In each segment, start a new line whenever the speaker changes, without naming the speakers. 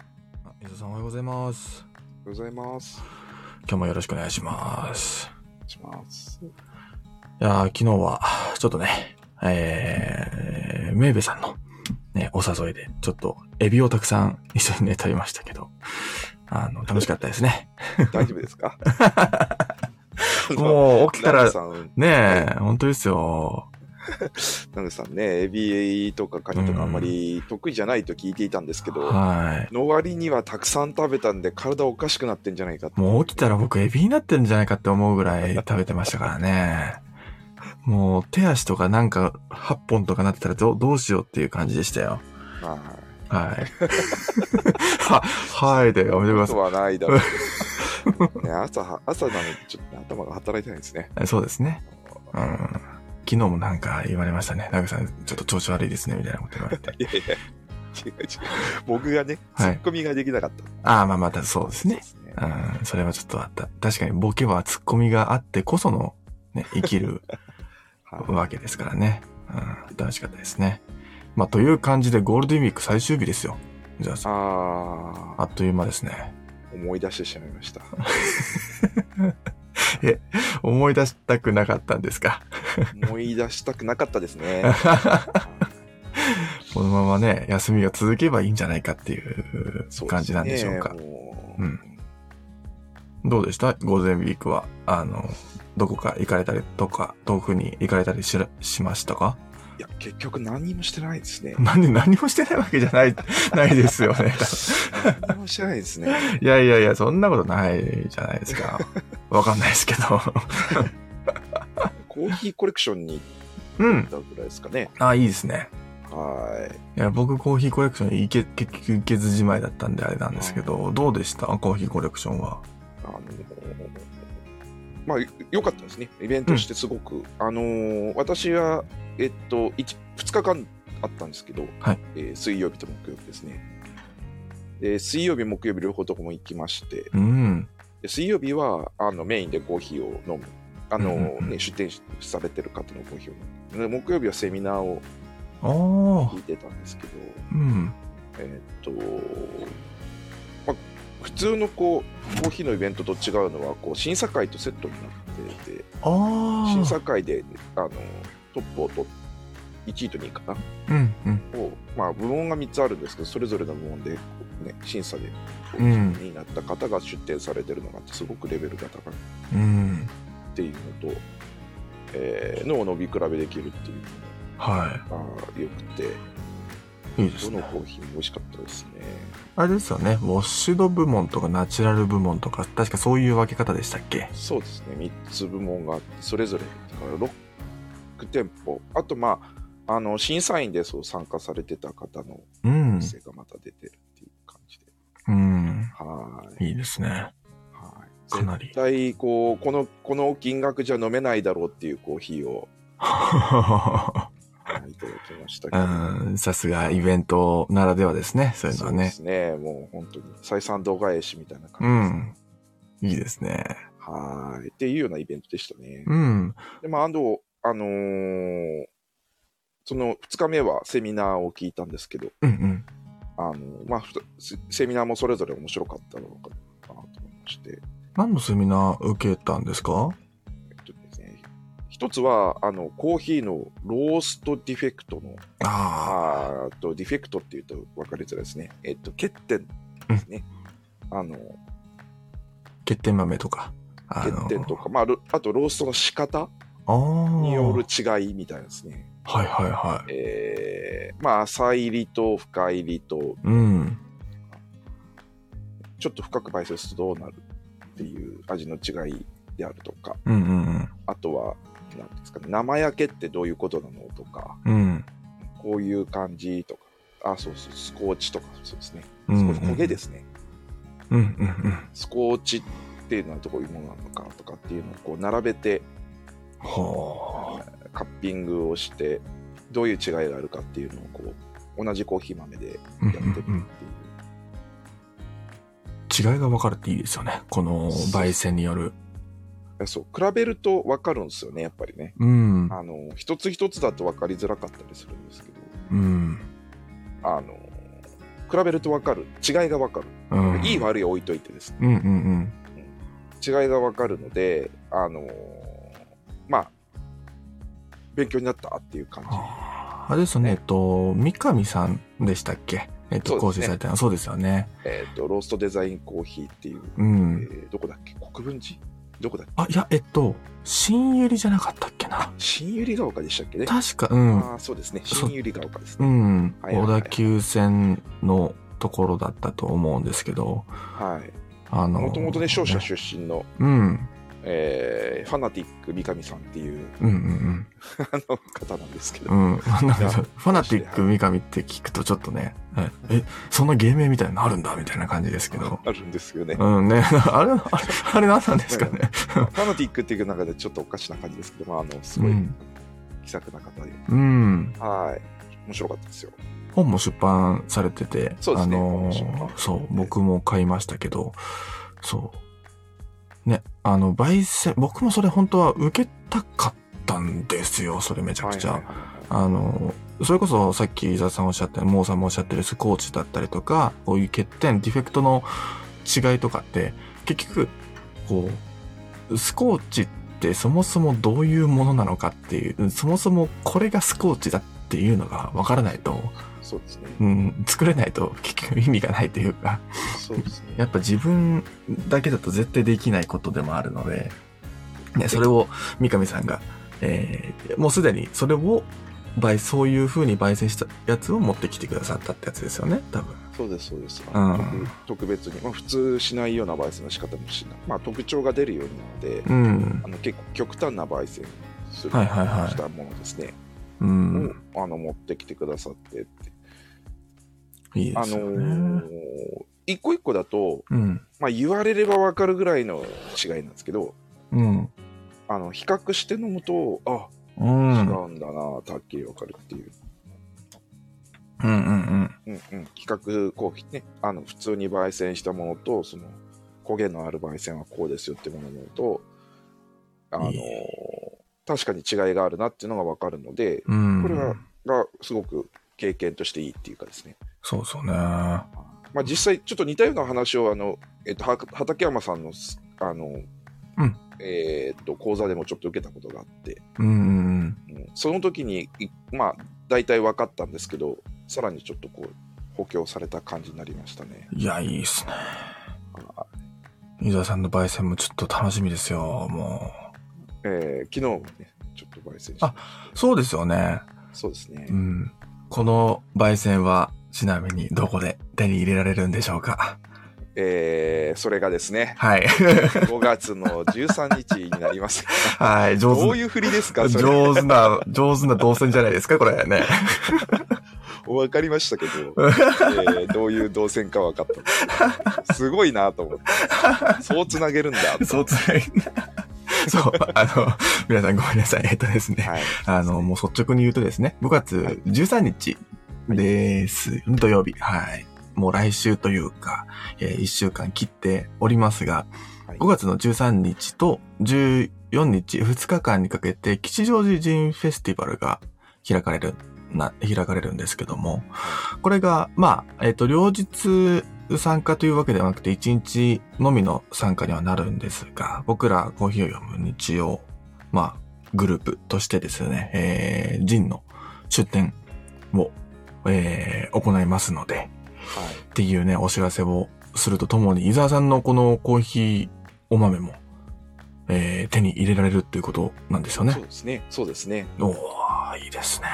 んおはようございます。
ございます。
今日もよろしくお願いします。
お願 いします。
いやー昨日は、ちょっとね、えー、メイベさんの、ね、お誘いで、ちょっと、エビをたくさん一緒にね、食べましたけど、あの、楽しかったですね。
大丈夫で すか
もう、起きた
ナ
ら
ム、さん、
ねえ、本当ですよ。
ナムさんね、エビとかカニとかあんまり得意じゃないと聞いていたんですけど、
はい。
の割にはたくさん食べたんで体おかしくなってんじゃないかって
もう起きたら僕エビになってるんじゃないかって思うぐらい食べてましたからね。もう手足とかなんか8本とかなってたらどどうしようっていう感じでしたよ。
は
はい。は、はいで、やめてく
い。
だ
こと
さ
はないだろう けど。ね、朝は、朝なのでちょっと頭が働いてないですね。
い。そうですね。うん。昨日もなんか言われましたね。なぐさん、ちょっと調子悪いですね、みたいなこと言われて。
いやいや、違う違う。僕がね、ツ
はい
ッコミができなかった。
ああ、まあまたそうですね。
そうですね
うん、それはちょっとあった。確かにボケはツッコミがあってこその、 ね、生きる
は
わけですからね。うん、楽しかったですね。まあ、という感じでゴールデンウィーク最終日ですよ。じゃあ
い、あ
あっという間ですね。
ー、思い出してしまいました。
思い出したくなかったんですか。
思い出したくなかったで すね。
このままね、休みが続けばいいんじゃないかっていう感じなんでしょうか。
そですねも
う
うん
どうでしたゴールデンウィークは。あの、どこか行かれたりとか、遠くに行かれたりしらしましたか。
いや、結局何もしてないですね
なんで何もしてないわけじゃない、 ないですよね。
何もしてないですね。
いやいやいや、そんなことないじゃないですか。わかんないですけど。
コーヒーコレクションに
うん
行っ。たぐらいですかね。
あ、いいですね。
はい
や、僕コーヒーコレクション行け、結局行けずじまいだったんであれなんですけど、どうでしたコーヒーコレクションは。
い。あのまあ、良かったですね。イベントしてすごく。あのー私は、えっと、2日間あったんですけど、
はい
えー水曜日と木曜日ですね。で水曜日、木曜日両方とも行きまして、
うん。
で水曜日はあのメインでコーヒーを飲む。あの、
うんうんうん
ね、出店されてる方のコーヒーを飲む。で木曜日はセミナーを
ああ
聞い、てたんですけど、
うん。
えーっと、まあ、普通のこうコーヒーのイベントと違うのはこう審査会とセットになっていて、
ああ。
審査会であのトップを取っ1位と2位かな
うん、うん。
を、まあ、部門が3つあるんですけど、それぞれの部門で、こうね、審査で、こう
うん
になった方が出展されてるのがあって、すごくレベルが高く
うん。
っていうのと、えーのを伸び比べできるっていう
は
のがよくて、
い。いいです
どの
ね。
コーヒーも美味しかったですね。
あれですよね。ウォッシュド部門とかナチュラル部門とか、確かそういう分け方でしたっけ
そうですね、3つ部門があって、それぞれ、だから6店舗、あと、まあ、あの審査員でそう参加されてた方の
うん。
性がまた出てるっていう感じで、
うん。
はーい。
いいですね。
はい
かなり
絶対こうこのこの金額じゃ飲めないだろうっていうコーヒーを、はい、いただきましたけ
う
ど、
ん。さすがイベントならではですね。そういうの
そ
は
うで
ね。
すねもう本当に採算度外視みたいな
う
感じですね、
ん。いいですね。
はーい。っていうようなイベントでしたね。
うん。
で、まあ、あと、あのーその2日目はセミナーを聞いたんですけど、
うんうん。
あのーまあ、ふたセセミナーもそれぞれ面白かったのかなと思いまして、
何のセミナー受けたんですか
えっとですね、一つは、あの、コーヒーのローストディフェクトの、
あ
あーっと、ディフェクトっていうと分かりづらいですね。えっと、欠点ですね。あの、
あ、欠点豆とか。あの
欠点と。か、まあ、ロあとローストの仕方
ああ。
による。違いみたいなですね。
はいはいはい。
えーまあ浅入りと深入りと
うん。
ちょっと深く焙煎するとどうなるっていう味の違いであるとか
うんうん
あとは何ですかね生焼けってどういうことなのとか
うん。
こういう感じとかあそうそうスコーチとかそうですね
う
少
ん。
し焦げですね、
うんうんうん。
スコーチっていうのはどういうものなのかとかっていうのをこう並べて
ほ
カッピングをしてどういう違いがあるかっていうのをこう同じコーヒー豆でや
う。うん
ってみるっていう
うんうん違いが分かるっていいですよね。この焙煎による。
いやそう比べると分かるんですよねやっぱりね
うん。
あの一つ一つだと分かりづらかったりするんですけど
うん。
あの比べると分かる違いが分かる、
うん。
いい悪いは置いといてですね
うんうん
違いが分かるのであのーまあ勉強になったっていう感
うん。
じ
あれですよね、えっと、三上さんでしたっけえっと、
そう
構成
ですね
されたのはそうですよね。
えっ、とローストデザインコーヒーっていう、
う
え
ん。
ーどこだっけ国分寺どこだっけ
あ、いや、えっと、新百合じゃなかったっけな。
新百合ヶ丘でしたっけね
確か、うん。
ああそうですね
そ
新百合ヶ丘です
う
ね、
ん、
はいはいは
小
い
田急線のところだったと思うんですけど、
はい
あの、
もともとね商社出身の、
うん、
えーファナティック三上さんっていう
うん、うん、
あの方なんですけど、
うん。うん、なんか
いや
ファナティック三上って聞くとちょっとね、え、えそんな芸名みたいなのあるんだみたいな感じですけど。
あるんですよね、
うんね、 あれ、あれ、あれ何なんですかね。
ファナティックっていう中でちょっとおかしな感じですけど、まあ、あのす
う
ごい
ん、
気さくな方で、
うん。
はい面白かったですよ
本も出版されてて、
そうで
あ
すね
の
本も出版されて
ー、
て
そう、僕も買いましたけど、そう。ね、あの、焙煎、僕もそれ本当は受けたかったんですよ、それめちゃくちゃ。
はいはいはいはい
あの、それこそさっき伊沢さんおっしゃった、モーさんもおっしゃってるスコーチだったりとか、こういう欠点、ディフェクトの違いとかって、結局、こう、スコーチってそもそもどういうものなのかっていう、そもそもこれがスコーチだっていうのがわからないと、
そうですね
うん、作れないと結局意味がないというか、
そうですね
やっぱ自分だけだと絶対できないことでもあるので、ね、それを三上さんが、えーもうすでにそれを倍、そういう風に焙煎したやつを持ってきてくださったってやつですよね、多分。
そうですそうです、
うん
特別に、まあ、普通しないような焙煎の仕方もしない、まあ、特徴が出るようになので、
うん。
あの結構極端な焙煎する
はいはいはい
したものですね、
う
を
ん。
あの持ってきてくださってって
いいで
あ
す
の
よね。
ー一個一個だと、
うん。
まあ、言われれば分かるぐらいの違いなんですけど
うん。
あの比較して飲むとあ
う
違
ん。うん
うんだな、はっきり分かるっていう、
うんうん。
うんうん、比較こうねあの普通に焙煎したものとその焦げのある焙煎はこうですよってものを飲むとあのー
いい
確かに違いがあるなっていうのが分かるので
うん。
これはがすごく経験としていいっていうかですね
そうそうね。は
まあ、実際、ちょっと似たような話をあの、えっと、は畠山さんのすあの、
うん
えーっと講座でもちょっと受けたことがあって、
うんうん
うんその時にいまあ、大体分かったんですけど、さらにちょっとこう補強された感じになりましたね。
うん。いや、いいっすね。
あ
伊沢さんの焙煎もちょっと楽しみですよ、も
えー昨日もね、ちょっと焙煎してまし
う。
て
そうですよね。
そうですね、
うん。この焙煎は、ちなみにどこで手に入れられるんでしょうか
えーそれがで すね、
はい。
5月の13日になり ます。
はい、上
どう
手
いう振りですか
な、
それ
上手な、上手な動線じゃないですか、これね。
分かりま したけど、えーどういう動線か分かった。すごいなと 思って。 そうつなげるんだと。
そうつらいな。 そう、あの、皆さんごめんなさい。えっとですね。
はい。
あの、もう率直に言うとですね、5月13日です。土曜日。はい。もう来週というか、え1週間切っておりますが、
はい
5月の13日と14日、2日間にかけて、吉祥寺人フェスティバルが開かれる、な、開かれるんですけども、これが、まあ、えっ、と、両日参加というわけではなくて、1日のみの参加にはなるんですが、僕らコーヒーを読む日曜、まあ、グループとしてですね、えー、人の出店を、えー、行いますので、
はい
っていうね、お知らせをするとともに、伊沢さんのこのコーヒーお豆も、えー手に入れられるということなんですよ
そう
ね。
ですね。そうですね。
おー、いいですね。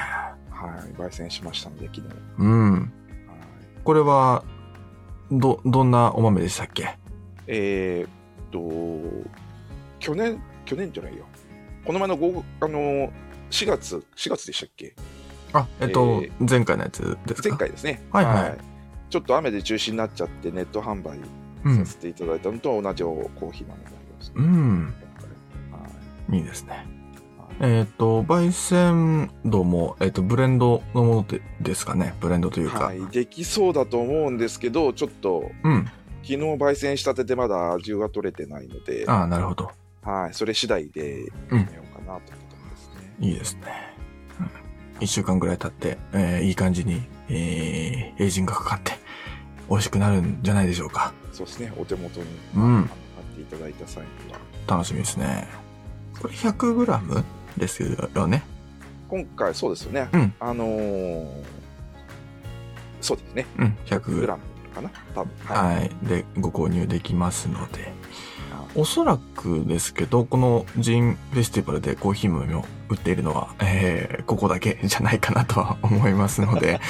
はい。焙煎しましたので、昨日。は
うん。
い、
これは、ど、どんなお豆でしたっけ
えーっと、去年、去年じゃないよ。この前の午後、あの、4月、4月でしたっけ
あ、えっと、
え
前回のやつですか
前。回ですね。
はいはい
ちょっと雨で中止になっちゃって、ネット販売
う
さ
ん。
せていただいたのと同じコーヒー豆になります、
うん。
はい
いいですね。えっ、と、焙煎度も、えっ、と、ブレンドのものでですかね。ブレンドというか。
はい、できそうだと思うんですけど、ちょっと
うん。
昨日焙煎したてでまだ味が取れてないので、
ああ、なるほど。
はい、それ次第で
うん
決めようかなと思ってますね。
いいですね。うん一週間ぐらい経って、えーいい感じに、えーエイジングがかかって、美味しくなるんじゃないでしょうか。
そうですね、お手元に
うん
買っていただいた際には。
楽しみですね。これ 100g ですよね。
今回、そうですよね、
うん
あのーそうですね、
うん、
グ
100g。
ラムかな、多分はい
はい。で、ご購入できますので。おそらくですけど、このジンフェスティバルでコーヒー豆を売っているのは、えー、ここだけ じゃないかなとは思いますの で、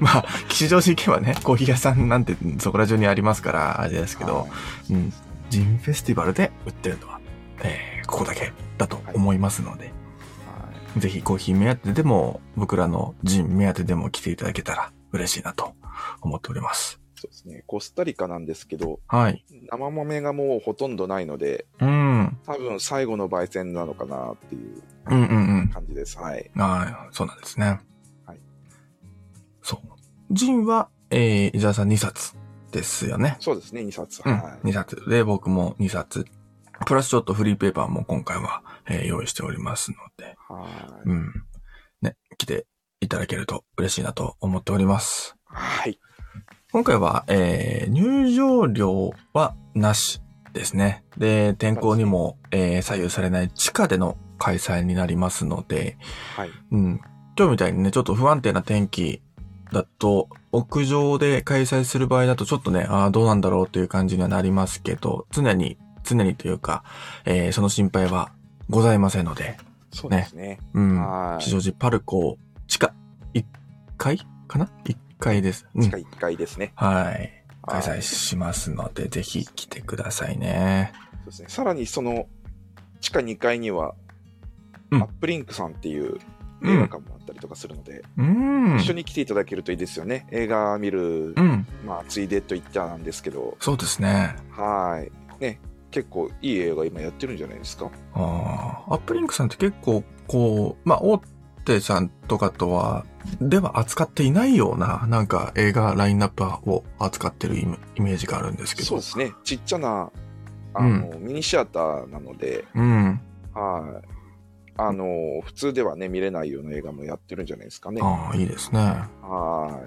まあ、吉祥寺行けばね、コーヒー屋さんなんてそこら中にありますから、あれですけど、
はい
うん、ジンフェスティバルで売ってるのは、えー、ここだけだと思いますので、
はい
ぜひコーヒー目当てでも、僕らのジン目当てでも来ていただけたら嬉しいなと思っております。
そうですね、コスタリカなんですけど、
はい。
生豆がもうほとんどないので、
うん。うん
多分最後の焙煎なのかなっていう
うんうん。
感じです。はい。
はい、そうなんですね。
はい。
そう。ジンは、えー、伊沢さん2冊ですよね。
そうですね、2冊。
うん。
はい。
2冊。で、僕も2冊。プラスちょっとフリーペーパーも今回は、えー用意しておりますので、
はい。
うん。ね、来ていただけると嬉しいなと思っております。
はい。
今回は、えー、入場料はなしですね。で、天候にも、えー左右されない地下での開催になりますので、
はい。
うん。今日みたいにね、ちょっと不安定な天気だと、屋上で開催する場合だと、ちょっとね、ああ、どうなんだろうという感じにはなりますけど、常に、常にというか、えーその心配はございませんので、
そうですね。
うん。
はい。
吉祥寺パルコ、地下1階かな ?1 階です。うん
地下。1階ですね。
はい。開
は
催
い
しますので、ぜひ来てくださいね。
そうですね。さらにその、地下2階には、
うん
アップリンクさんってい
う
う映画
ん。
館もあったりとかするので、
うん。
一緒に来ていただけるといいですよね。映画見る
う、ん。
まあ、ついでといったなんですけど、
そうですね。
はい。ね、結構いい映画今やってるんじゃないですか。
あーアップリンクさんって結構こう、まあ、大手さんとかとは、では扱っていないような、なんか映画ラインナップを扱ってるイメイメージがあるんですけど。
そうですね。ちっちゃな、あの、ミニシアターなので、
うん。
はい。あの、普通ではね、見れないような映画もやってるんじゃないですかね。は
ああ、いいですね。
い。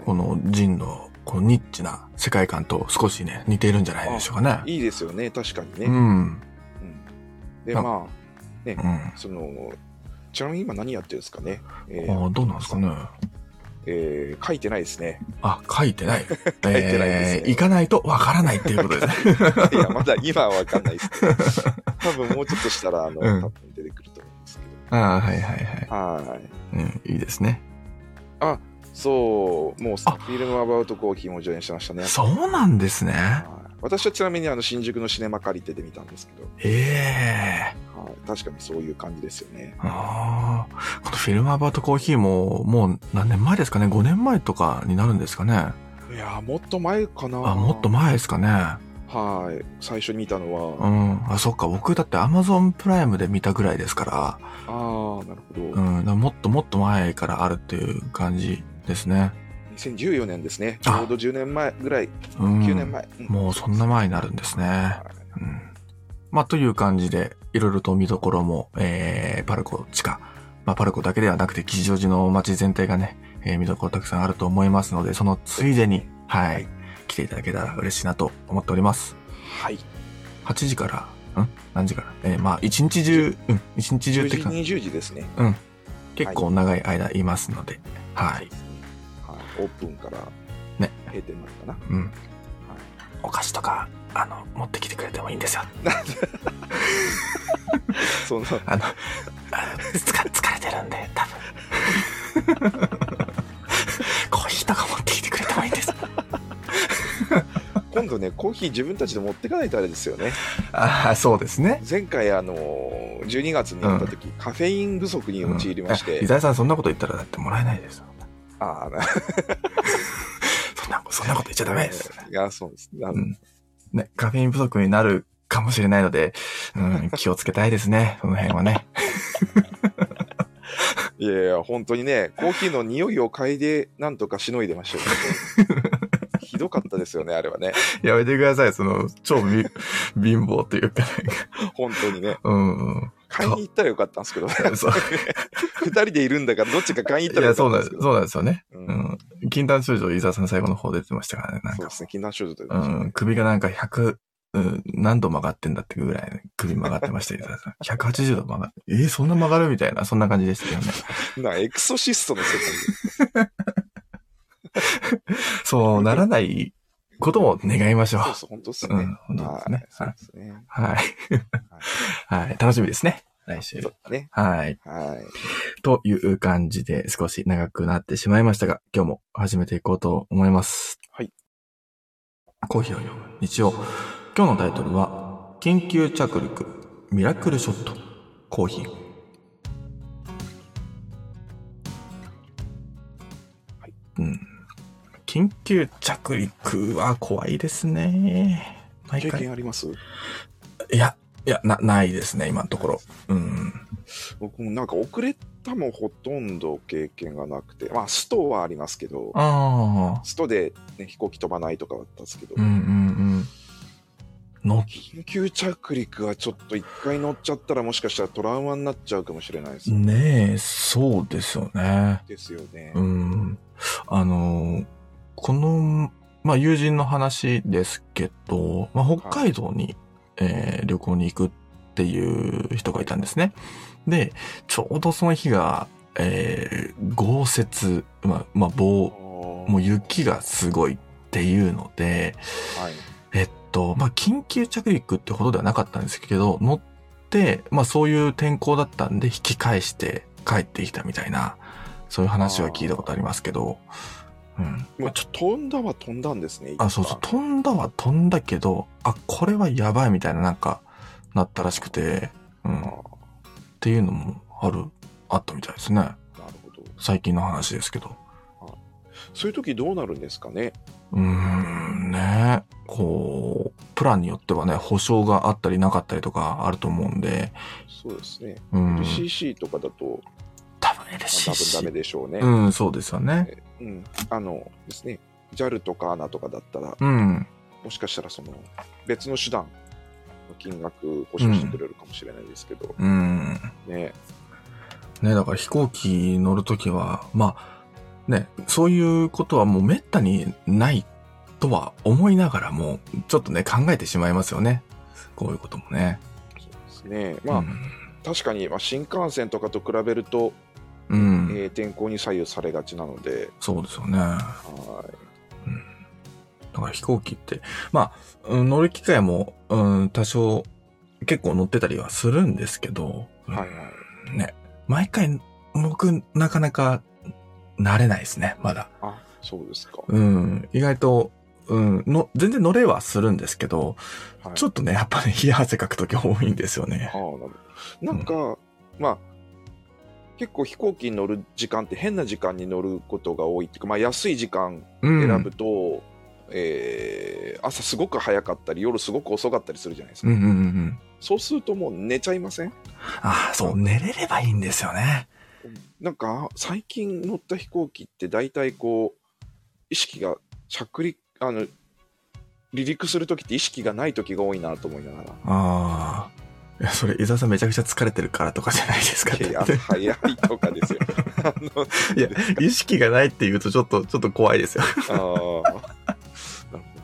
このジンの、このニッチな世界観と少しね、似ているんじゃないでしょうかね。
いいですよね、確かにね。
う
うん
ん。
で、
あ
ま
うん。
あ、その、ちなみに今何やってるんですかね。え
あ
ー
あ、どうなんですかね。
えー書いてないですね。
あ、書いてない。書いて
ないですね
えー行かないとわからないっていうこと ですね。
いや、まだ今はわかんないです けど、多分もうちょっとしたら、あの、
うん
多分出てくると思うんですけ
ああ、はいはいはい。
ど。はい。
うん、いいですね。
そう、もう、フ
あ
ィルムアバウトコーヒーも上演してましたね。
そうなんですね。
はい私はちなみにあの新宿のシネマ借りてで見たんですけど、
ええ
はい、確かにそういう感じですよね。
ああ。このフィルムアバートコーヒーも、もう何年前ですかね ?5 年前とかになるんですかね
いやー、もっと前かな。
あ、もっと前ですかね
はい、最初に見たの
う
は、
ん。あ、そっか。僕だってアマゾンプライムで見たぐらいですから、
ああ、なるほど、
うん。だからもっともっと前からあるっていう感じですね。
2014年ですね、ち
あ
ょうど10年前ぐらい、
うん。
9年前。うん
もうそんな前になるんですね。
は
うん。まあ、という感じで、いろいろと見どころも、えー、パルコ地下、まあ、パルコだけではなくて、吉祥寺の街全体がね、えー見どころたくさんあると思いますので、そのついでに、はい、
はい
来ていただけたら嬉しいなと思っております。
はい、
8時から、ん何時からえーまあ、一日中、うん、一日中
10
っ
時、
てか、
20時ですね。
結構長い間いますので、はい、
はい、オープンから
ね
閉店までかな。
うん。お菓子とか、あの、持ってきてくれてもいいんですよ。
その
あの、 あのつか疲れてるんで、多分。 コーヒーとか持ってきてくれてもいいんです。
今度ね、コーヒー自分たちで持ってかないとあれですよね。
ああ、そうですね。
前回、あのー、12月に行った時、カフェイン不足に陥りまし
う
て、
ん伊沢さん、そんなこと言ったらだってもらえないです。
ああ、
そんな、そんなこと言っちゃダメです。
いや、そうです。あの
うんね、カフェイン不足になるかもしれないので、 うん、気をつけたいですね。その辺はね。
いやいや、本当にね、コーヒーの匂いを嗅いで、なんとかしのいでましたよね。 ひどかったですよね、あれはね。
やめてください。その、超び 貧乏というか、なんか
本当にね。
うんうん。
買いに行ったらよかったんですけど、
そう
二人でいるんだから、どっちか買いに行った
い
ら
や、
よか
そ
っ
う
た
なんんで
で
す
け、ど。
そうなんですよね。
う
うんん。禁断症状、伊沢さん最後の方出てましたからね、なん
そう
か
で。すね、禁断症状という
う
か、
ん、首がなんか100、うん何度曲がってんだってぐらい首曲がってましたけど、180度曲 がって、えーそんな曲がるみたいな、そんな感じでしたけど ね。
なんかエクソシストの世界
そうならないことも願いましょう
そう。そう、本当です
う
ね
ん。本当ですね
はいそうですね。
はい。 はい。楽しみですね。来週
そ。うね。
はい。
はい。
という感じで少し長くなってしまいましたが、今日も始めていこうと思います。
はい。
コーヒーを読む日曜。今日のタイトルは、緊急着陸、ミラクルショット、コーヒー。
い
うん。緊急着陸は怖いですね。毎
経
回。
験あります
いや、いや、な、ないですね、今のところ。うん。
僕もなんか遅れたもほとんど経験がなくて、まあ、ストはありますけど、
ああ。
ストで、ね、飛行機飛ばないとかだったんですけど、
うんうんうん。の、
緊急着陸はちょっと一回乗っちゃったらもしかしたらトラウマになっちゃうかもしれないです。
ねえ、そうですよね。
ですよね。
うん。あの、この、まあ、友人の話ですけど、まあ、北海道に、えー旅行に行くっていう人がいたんですね。で、ちょうどその日が、えー豪雪、まあ、まあ、棒、も
も
う雪がすごいっていうので、
はい。
えっと、まあ、緊急着陸ってほどではなかったんですけど、乗って、まあ、そういう天候だったんで、引き返して帰ってきたみたいな、そういう話は聞いたことありますけど、うん。
もうちょっと飛んだは飛んだんですね。
あ、そうそう、飛んだは飛んだけど、あ、これはやばいみたいな、なんか、なったらしくて、うん。
あー
っていうのもある、あったみたいですね。
なるほど。
最近の話ですけど。
そういう時どうなるんですかね。
うーん、ね。こう、プランによってはね、保証があったりなかったりとかあると思うんで、
そうですね。
うん。
CC とかだと、
多分
まあ、多分ダ
LCC
メ。でしょうね。
うん、そうですよね。
うん、あのですね、JAL とか ANA とかだったら、
うん。
もしかしたらその別の手段の金額保証してくれるかもしれないですけど、
うん。
ね、
ね、だから飛行機乗るときは、まあ、ね、そういうことはもう滅多にないとは思いながらも、ちょっとね、考えてしまいますよね。こういうこともね。
そうですね、まあ、
うん
確かにまあ新幹線とかと比べると、
うん。
えー天候に左右されがちなので、
そうですよね。だ
は
から飛行機って、まあ、うん乗る機会も、うん、多少結構乗ってたりはするんですけど、
い、はい、はい。
毎回僕なかなか慣れないですね、まだ。
あ、そうですか。
うん、意外と、うん、の、全然乗れはするんですけど、
はい、
ちょっとね、やっぱね、冷や汗かくとき多いんですよね
あ。あ、なるほど。なんか、まあ、結構飛行機に乗る時間って変な時間に乗ることが多いっていうか、まあ、安い時間
うん。
選ぶと、えー朝すごく早かったり夜すごく遅かったりするじゃないです
うん
か、
うんうんうん。
そうするともう寝ちゃいません
ああ、そう、寝れればいいんですよね。
なんか最近乗った飛行機って大体こう意識が着陸あの離陸する時って意識がない時が多いなと思いながら。
ああ。いや、それ、伊沢さんめちゃくちゃ疲れてるからとかじゃないですか。
いや
だって
早いとかですよ。あの
いや、意識がないって言うとちょっと、ちょっと怖いですよ。
あーなるほど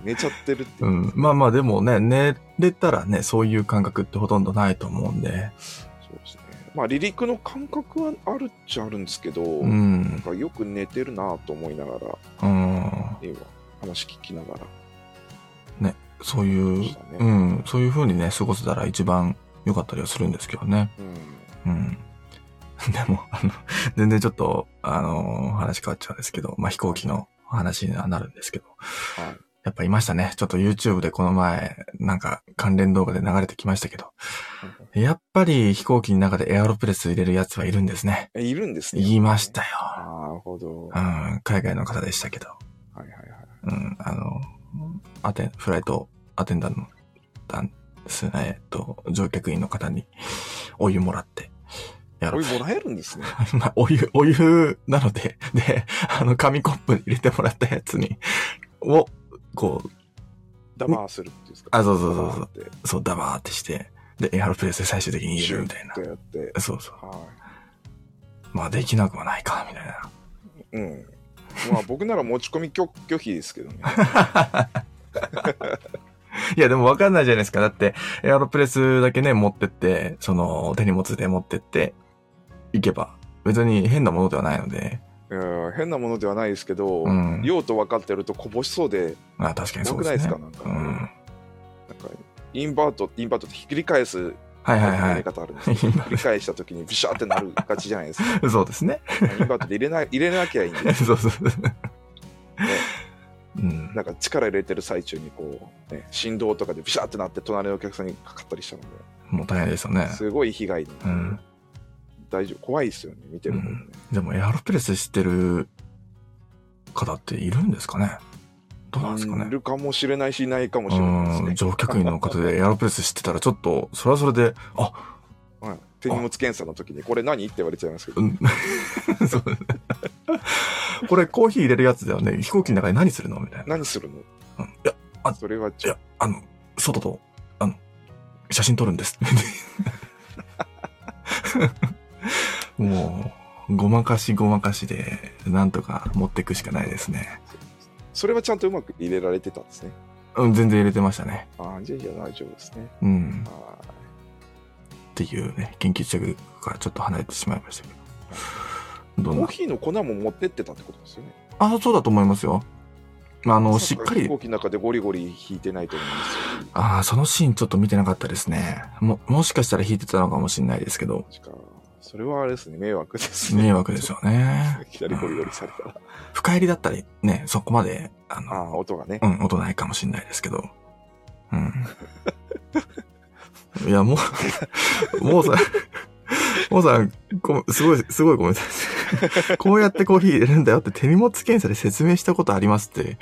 寝ちゃってるって、
うん。まあまあ、でもね、寝れたらね、そういう感覚ってほとんどないと思うんで。
そうですね。まあ離陸の感覚はあるっちゃあるんですけど、
う
なん
ん。
かよく寝てるなと思いながら
うん。
今話聞きながら
そういう
でしたね
うん、そういう風にね、過ごせたら一番良かったりはするんですけどね。
うん
うん。 でも、あの、全然ちょっと、あの、話変わっちゃうんですけど、まあ、飛行機の話にはなるんですけど、
はい
やっぱいましたね。ちょっと YouTube でこの前、なんか関連動画で流れてきましたけど、やっぱり飛行機の中でエアロプレス入れるやつはいるんですね。
えいるんですね
言いました
あ
よ。
ーなるほど、
う
はい
ん、海外の方でしたけど、
はいはい
うん、あの、アテン、フライトアテンダントですね、えっと、乗客員の方にお湯もらって、や
こ
ろう
れ。もらえるんですね
まあ、お湯、お湯なので、で、あの、紙コップに入れてもらったやつに、を、こう、
ダマーするっていうんですか
あそうそうそうそう
う
そう、ダバーってして、で、エアロプレスで最終的に入れるみたいな
シュ。ッとやって。
そうそう。
は
まあ、できなくはないか、みたいな。
い。うん。まあ僕なら持ち込み拒拒否で すけどね。
いや、でも分かんないじゃないですか。だって、エアロプレスだけね、持ってって、その、手荷物で持ってって、行けば、別に変なものではないので、
うん変なものではないですけど、
うん
用途分かってるとこぼしそうで、
まあ、確かに
な
そう
く
で
ない
すね。
ですかなんか、
うん。
なんかインバート、インバートってひっくり返す
はいはい
や
は
り
い。
方あるんですけど、
イン
ひ
バ
っ
ー
く
ト
り返した時にビシャーってなるがちじゃな いですか。
そうですね。
インバートで入れな入れなきゃいいんで、ね、
そうそう。うん。
なんか力入れてる最中にこう、ね、振動とかでビシャーってなって隣のお客さんにかかったりしたの
もったいないですよね
で、。すごい被害に、
うん。
大丈夫、怖いですよね、見てる方もね。
でも、エアロプレスしてる方っているんですかねどうなんですか
い
ね
るかもしれないし、いないかもしれないです
う
ね
ん。。乗客員の方でエアロプレスしてたら、ちょっと、それはそれで、あ、
はい手荷物検査の時に、これ何って言われちゃいますけど、
うん そうだねこれコーヒー入れるやつだよね。飛行機の中で何するのみたいな。
何するの
うんいや、あ
それはち
い
ょ
や、あの、外と、あの、写真撮るんです。 もう、ごまかしごまかしで、なんとか持っていくしかないですね。
それはちゃんとうまく入れられてたんですね。
うん、全然入れてましたね。
ああ、じゃあいや大丈夫ですね。
うん。
は
っていうね、研究着からちょっと離れてしまいましたけど。ど
い
ん
コー
な
ヒーの粉も持ってってたってことですよね。
あ、そうだと思いますよ。まあ、あの、
ま
し
さ
っか
か
り
飛。行機の中でゴリゴリ引いてないと思いますよ。
ああ、そのシーンちょっと見てなかったですね。も、もしかしたら弾いてたのかもしれないですけど、
しかそれはあれですね、迷惑ですね。
迷惑でしょうね。
いきなりゴリゴリされたら。
深入りだったり、ね、そこまで、あ
あ
の、
あ、音がね
う。ん、音ないかもしれないですけど。うん。いや、もう、もうさ、もうさ、ごすごい、すごいごめんなさい。こうやってコーヒー入れるんだよって手荷物検査で説明したことありますって、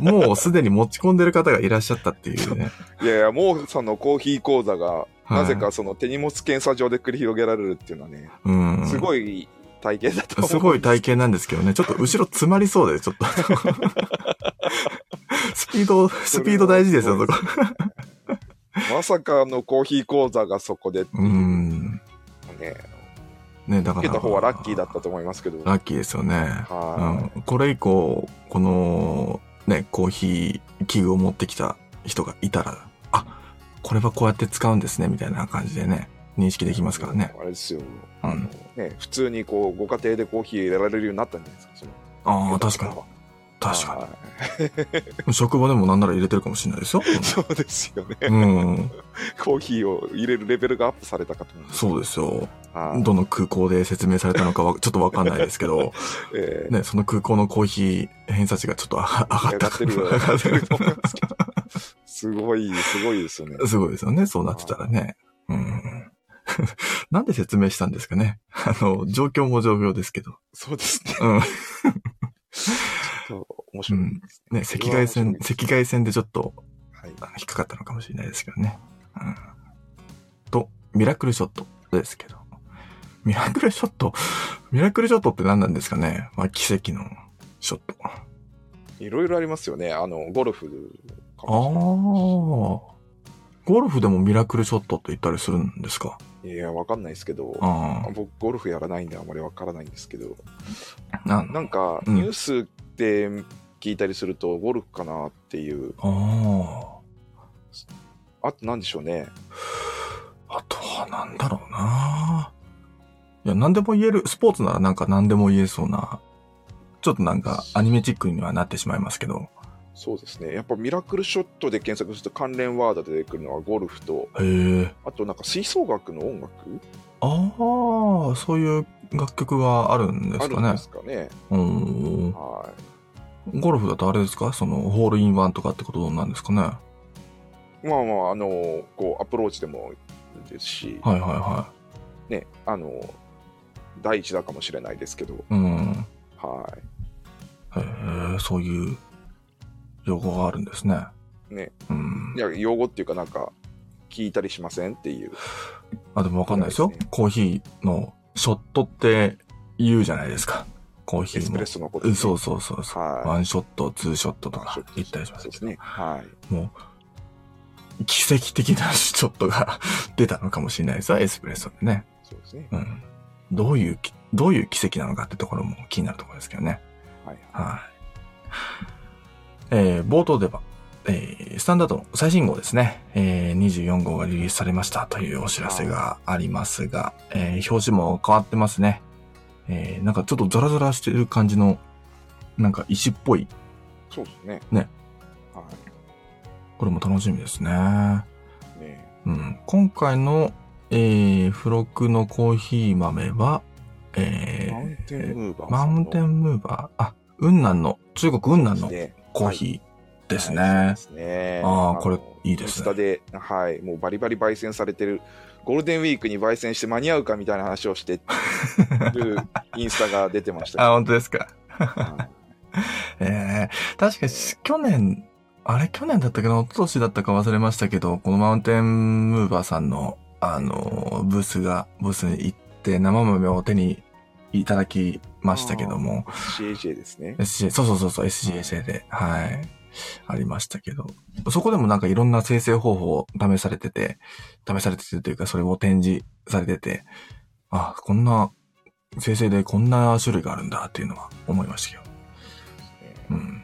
もうすでに持ち込んでる方がいらっしゃったっていうね。
いやいや、モーさんのコーヒー講座が、
はい
なぜかその手荷物検査場で繰り広げられるっていうのはね、
うん。
すごい体験だと思う。
すごい体型なんですけどね、ちょっと後ろ詰まりそうで、ちょっと。スピード、スピード大事ですよ、そこ。
まさかのコーヒー講座がそこで、
うーん。
ね、
ね、だか
受
ら。
けた方はラッキーだったと思いますけど。
ラッキーですよね。う
は
ん。これ以降、この、ね、コーヒー器具を持ってきた人がいたら、あ、これはこうやって使うんですね、みたいな感じでね、認識
い。
できますからね。。
あれですよ。
うん
あのね、普通にこうご家庭でコーヒー入れられるようになったんじゃないですか。その
ああ、確かに。確か
か
に。職場でもなんなら入れてるかもしれないですよ。
に。そうですよね。
うん。
コーヒーを入れるレベルがアップされたかと思います。
そうですよ。
はい
どの空港で説明されたのかはちょっとわかんないですけど、
え
ね、その空港のコーヒー偏差値がちょっとあ
ー
上が
上
った。
がってるよ、上がってると思いますけどすごい、すごいですよね。
すごいですよね、そうなってたらね。うん。 なんで説明したんですかね。 あの、状況も状況ですけど。
そうですね。
うん。
そう面
う
白い。
ん、ね、赤外線、赤外線でちょっと
はい。
あの引っかかったのかもしれないですけどね。うん。と、ミラクルショットですけど。ミラクルショット、 ミラクルショットって何なんですかね。まあ、奇跡のショット。
いろいろありますよね。あの、ゴルフか
ああ
も。
ゴルフでもミラクルショットって言ったりするんですか
しれない。いや、わかんないですけど。
ああ。
僕ゴルフやらないんであんまりわからないんですけど
なん
なんか
うん
ニュースで聞いたりするとゴルフかなっていう
あ
あとなんでしょうね
あ。あとはなんだろうな。いや、何でも言える、スポーツならなんか何でも言えそうな、ちょっとなんかアニメチックにはなってしまいますけど。
そうですねやっぱミラクルショットで検索すると関連ワードで出てくるのはゴルフと
へえ。
あとなんか吹奏楽の音楽
ああ、そういう楽曲があるんで
あ
す
る
か
んで
ね。
すかね
うん。
は
ゴルフだとあれですかその、ホールインワンとかってことなんですかね。はい
まあまああのこうアプローチでもいいですし、
いはいは
ねあの第一弾かもしれないですけど
い。うん。
はい
へえ、そういう用語があるんですね。
ね
うん
い。や用語っていうかなんか聞いたりしませんっていう
あ、でもわかんないですよ
そうですね
コーヒーのショットって言うじゃないですか。コーヒ
エス
ー
プレ
も
ッ。ソのこ
う
とで
ん
すね
そうそうそうそう。
はい
ワンショット、ツーショットとか
そう
言ったりします
そうで
け
す
ど、
ね。はい。
も奇跡的なちょっとが 出たのかもしれないですわエスプレッソでね。
そうですね。
うん。どういうき、どういう奇跡なのかってところも気になるところですけどね。
はい。
はい。えー冒頭では、えースタンダードの最新号ですね、えー24号がリリースされましたというお知らせがありますが、えー表紙も変わってますね。えーなんかちょっとザラザラしてる感じの、なんか石っぽい。
そうですね。
ね。
は
これも楽しみですね。
い。ね
うん、今回の、えー付録のコーヒー豆は、えー
マウンテンムーバー
マ
さん
ウ
の。
ンテンムーバー、あ、雲南の、中国雲南の
ね
コーヒーですね。
はいそうですね。
あー
の
これいいですね
インスタで、はい、もうバリバリ焙煎されてる、ゴールデンウィークに焙煎して間に合うかみたいな話を してるインスタが出てました
あ、
ね、
本当ですか。
はい
えー、確かに去年、あれ去年だったけど、一昨年だったか忘れましたけど、このマウンテンムーバーさんの、あの、ブースが、ブースに行って生豆を手にいただきましたけども、
CAJ ですね。
SJ、そうそうそうそう、SJJ で、はい、ありましたけど、そこでもなんかいろんな生成方法を試されてて、試されててというか、それを展示されてて、あ、こんな、生成でこんな種類があるんだっていうのは思いましたよ。うん。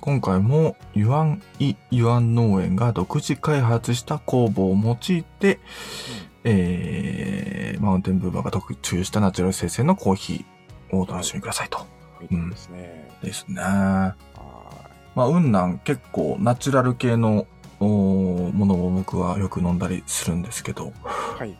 今回も、ユアンイ・ユアン農園が独自開発した工房を用いて、えー、マウンテンブーバーが特注したナチュラル生成のコーヒーをお楽しみくださいと。
いいですね。
ですね。
は
まあ、雲南結構ナチュラル系のおーものを僕はよく飲んだりするんですけど、
いはい。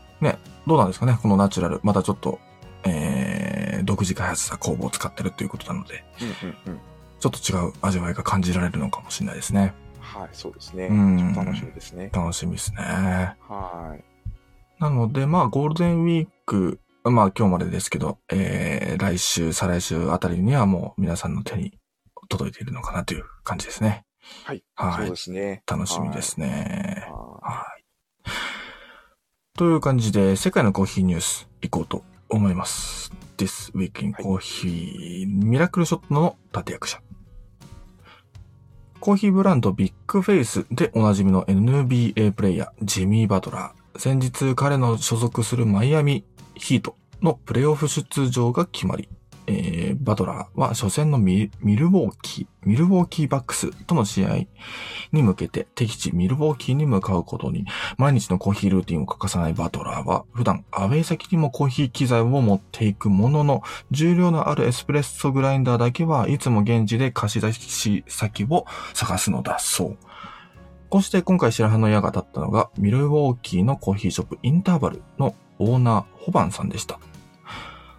どうなんですかねこのナチュラル。またちょっと、えー、独自開発した工房を使ってるということなので、
うんうんうん。
ちょっと違う味わいが感じられるのかもしれないですね。
はい、そうですね。
うん
楽しみですね。
楽しみですね。
はい。
なので、まあ、ゴールデンウィーク、まあ、今日までですけど、えー、来週、再来週あたりにはもう皆さんの手に届いているのかなという感じですね。
はい。
はい
そうですね。
楽しみですね。
は
はい。という感じで、世界のコーヒーニュース行こうと思います。This Week in
はい
Coffee、ミラクルショットの立役者。コーヒーブランドビッグフェイスでおなじみの NBA プレイヤー、ジミー・バトラー。先日彼の所属するマイアミヒートのプレイオフ出場が決まり、えーバトラーは初戦のミミルウォーキー、ミルウォーキーバックスとの試合に向けて敵地ミルウォーキーに向かうことに、毎日のコーヒールーティンを欠かさないバトラーは、普段アウェイ先にもコーヒー機材を持っていくものの、重量のあるエスプレッソグラインダーだけはいつも現地で貸し出し先を探すのだそう。こうして今回白羽の矢が立ったのが、ミルウォーキーのコーヒーショップインターバルのオーナー、ホバンさんでした。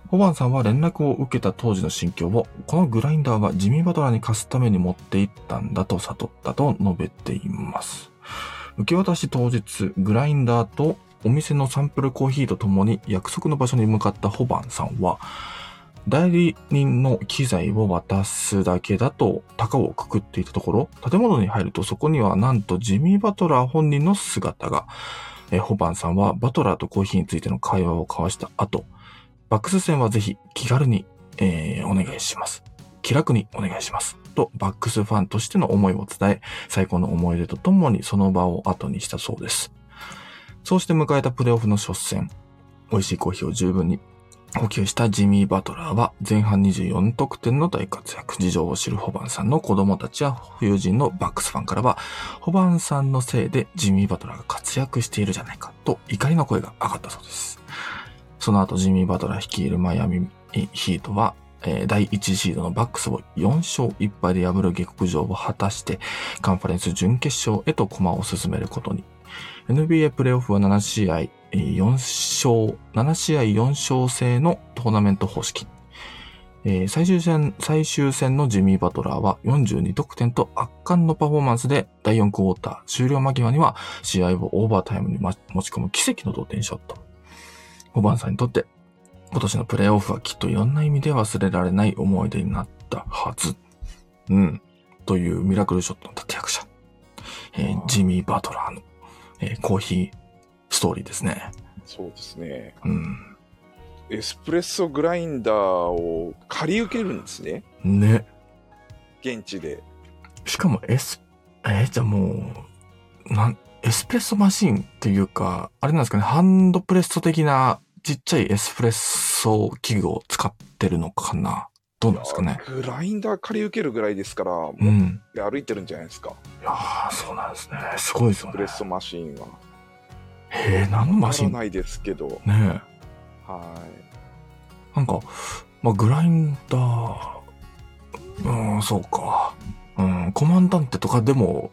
ホバンさんは連絡を受けた当時の心境を、このグラインダーはジミーバトラーに貸すために持っていったんだと悟ったと述べています。受け渡し当日、グラインダーとお店のサンプルコーヒーとともに約束の場所に向かったホバンさんは、代理人の機材を渡すだけだと高をくくっていたところ、建物に入るとそこにはなんとジミー・バトラー本人の姿が。えーホバンさんはバトラーとコーヒーについての会話を交わした後、バックス戦はぜひ気軽に、えーお願いします。気楽にお願いします。と、バックスファンとしての思いを伝え、最高の思い出とともにその場を後にしたそうです。そうして迎えたプレーオフの初戦。美味しいコーヒーを十分に補給したジミー・バトラーは前半24得点の大活躍。事情を知るホバンさんの子供たちや友人のバックスファンからは、ホバンさんのせいでジミー・バトラーが活躍しているじゃないかと怒りの声が上がったそうです。その後ジミー・バトラー率いるマイアミヒートは、えー第1シードのバックスを4勝1敗で破る下克上を果たして、カンファレンス準決勝へと駒を進めることに。NBA プレイオフは7試合、えー4勝、7試合4勝制のトーナメント方式。えー最終戦、最終戦のジミー・バトラーは42得点と圧巻のパフォーマンスで第4クォーター終了間際には試合をオーバータイムにま持ち込む奇跡の同点ショット。5番さんにとって今年のプレイオフはきっといろんな意味で忘れられない思い出になったはず。うん。というミラクルショットの立役者。えー
あー
ジミー・バトラーの、えーコーヒーストーリーですね。
そうですね。
うん。
エスプレッソグラインダーを借り受けるんですね。
ね。
現地で。
しかもエス、えーじゃあもう、なん、エスプレッソマシンっていうか、あれなんですかね、ハンドプレッソ的なちっちゃいエスプレッソ器具を使ってるのかなどうなんですかね
グラインダー借り受けるぐらいですから、持
う
っ
ん。
て歩いてるんじゃないですか。
いやー、そうなんですね。すごいですよ
プレ
ね
ッ。ソマシーンは。
へえ、何のマ
わか
シ
ら
ンね
ないですけど。
え。
は
なんか、まあ、グラインダー、うーん、そうか。うん、コマンダンテとかでも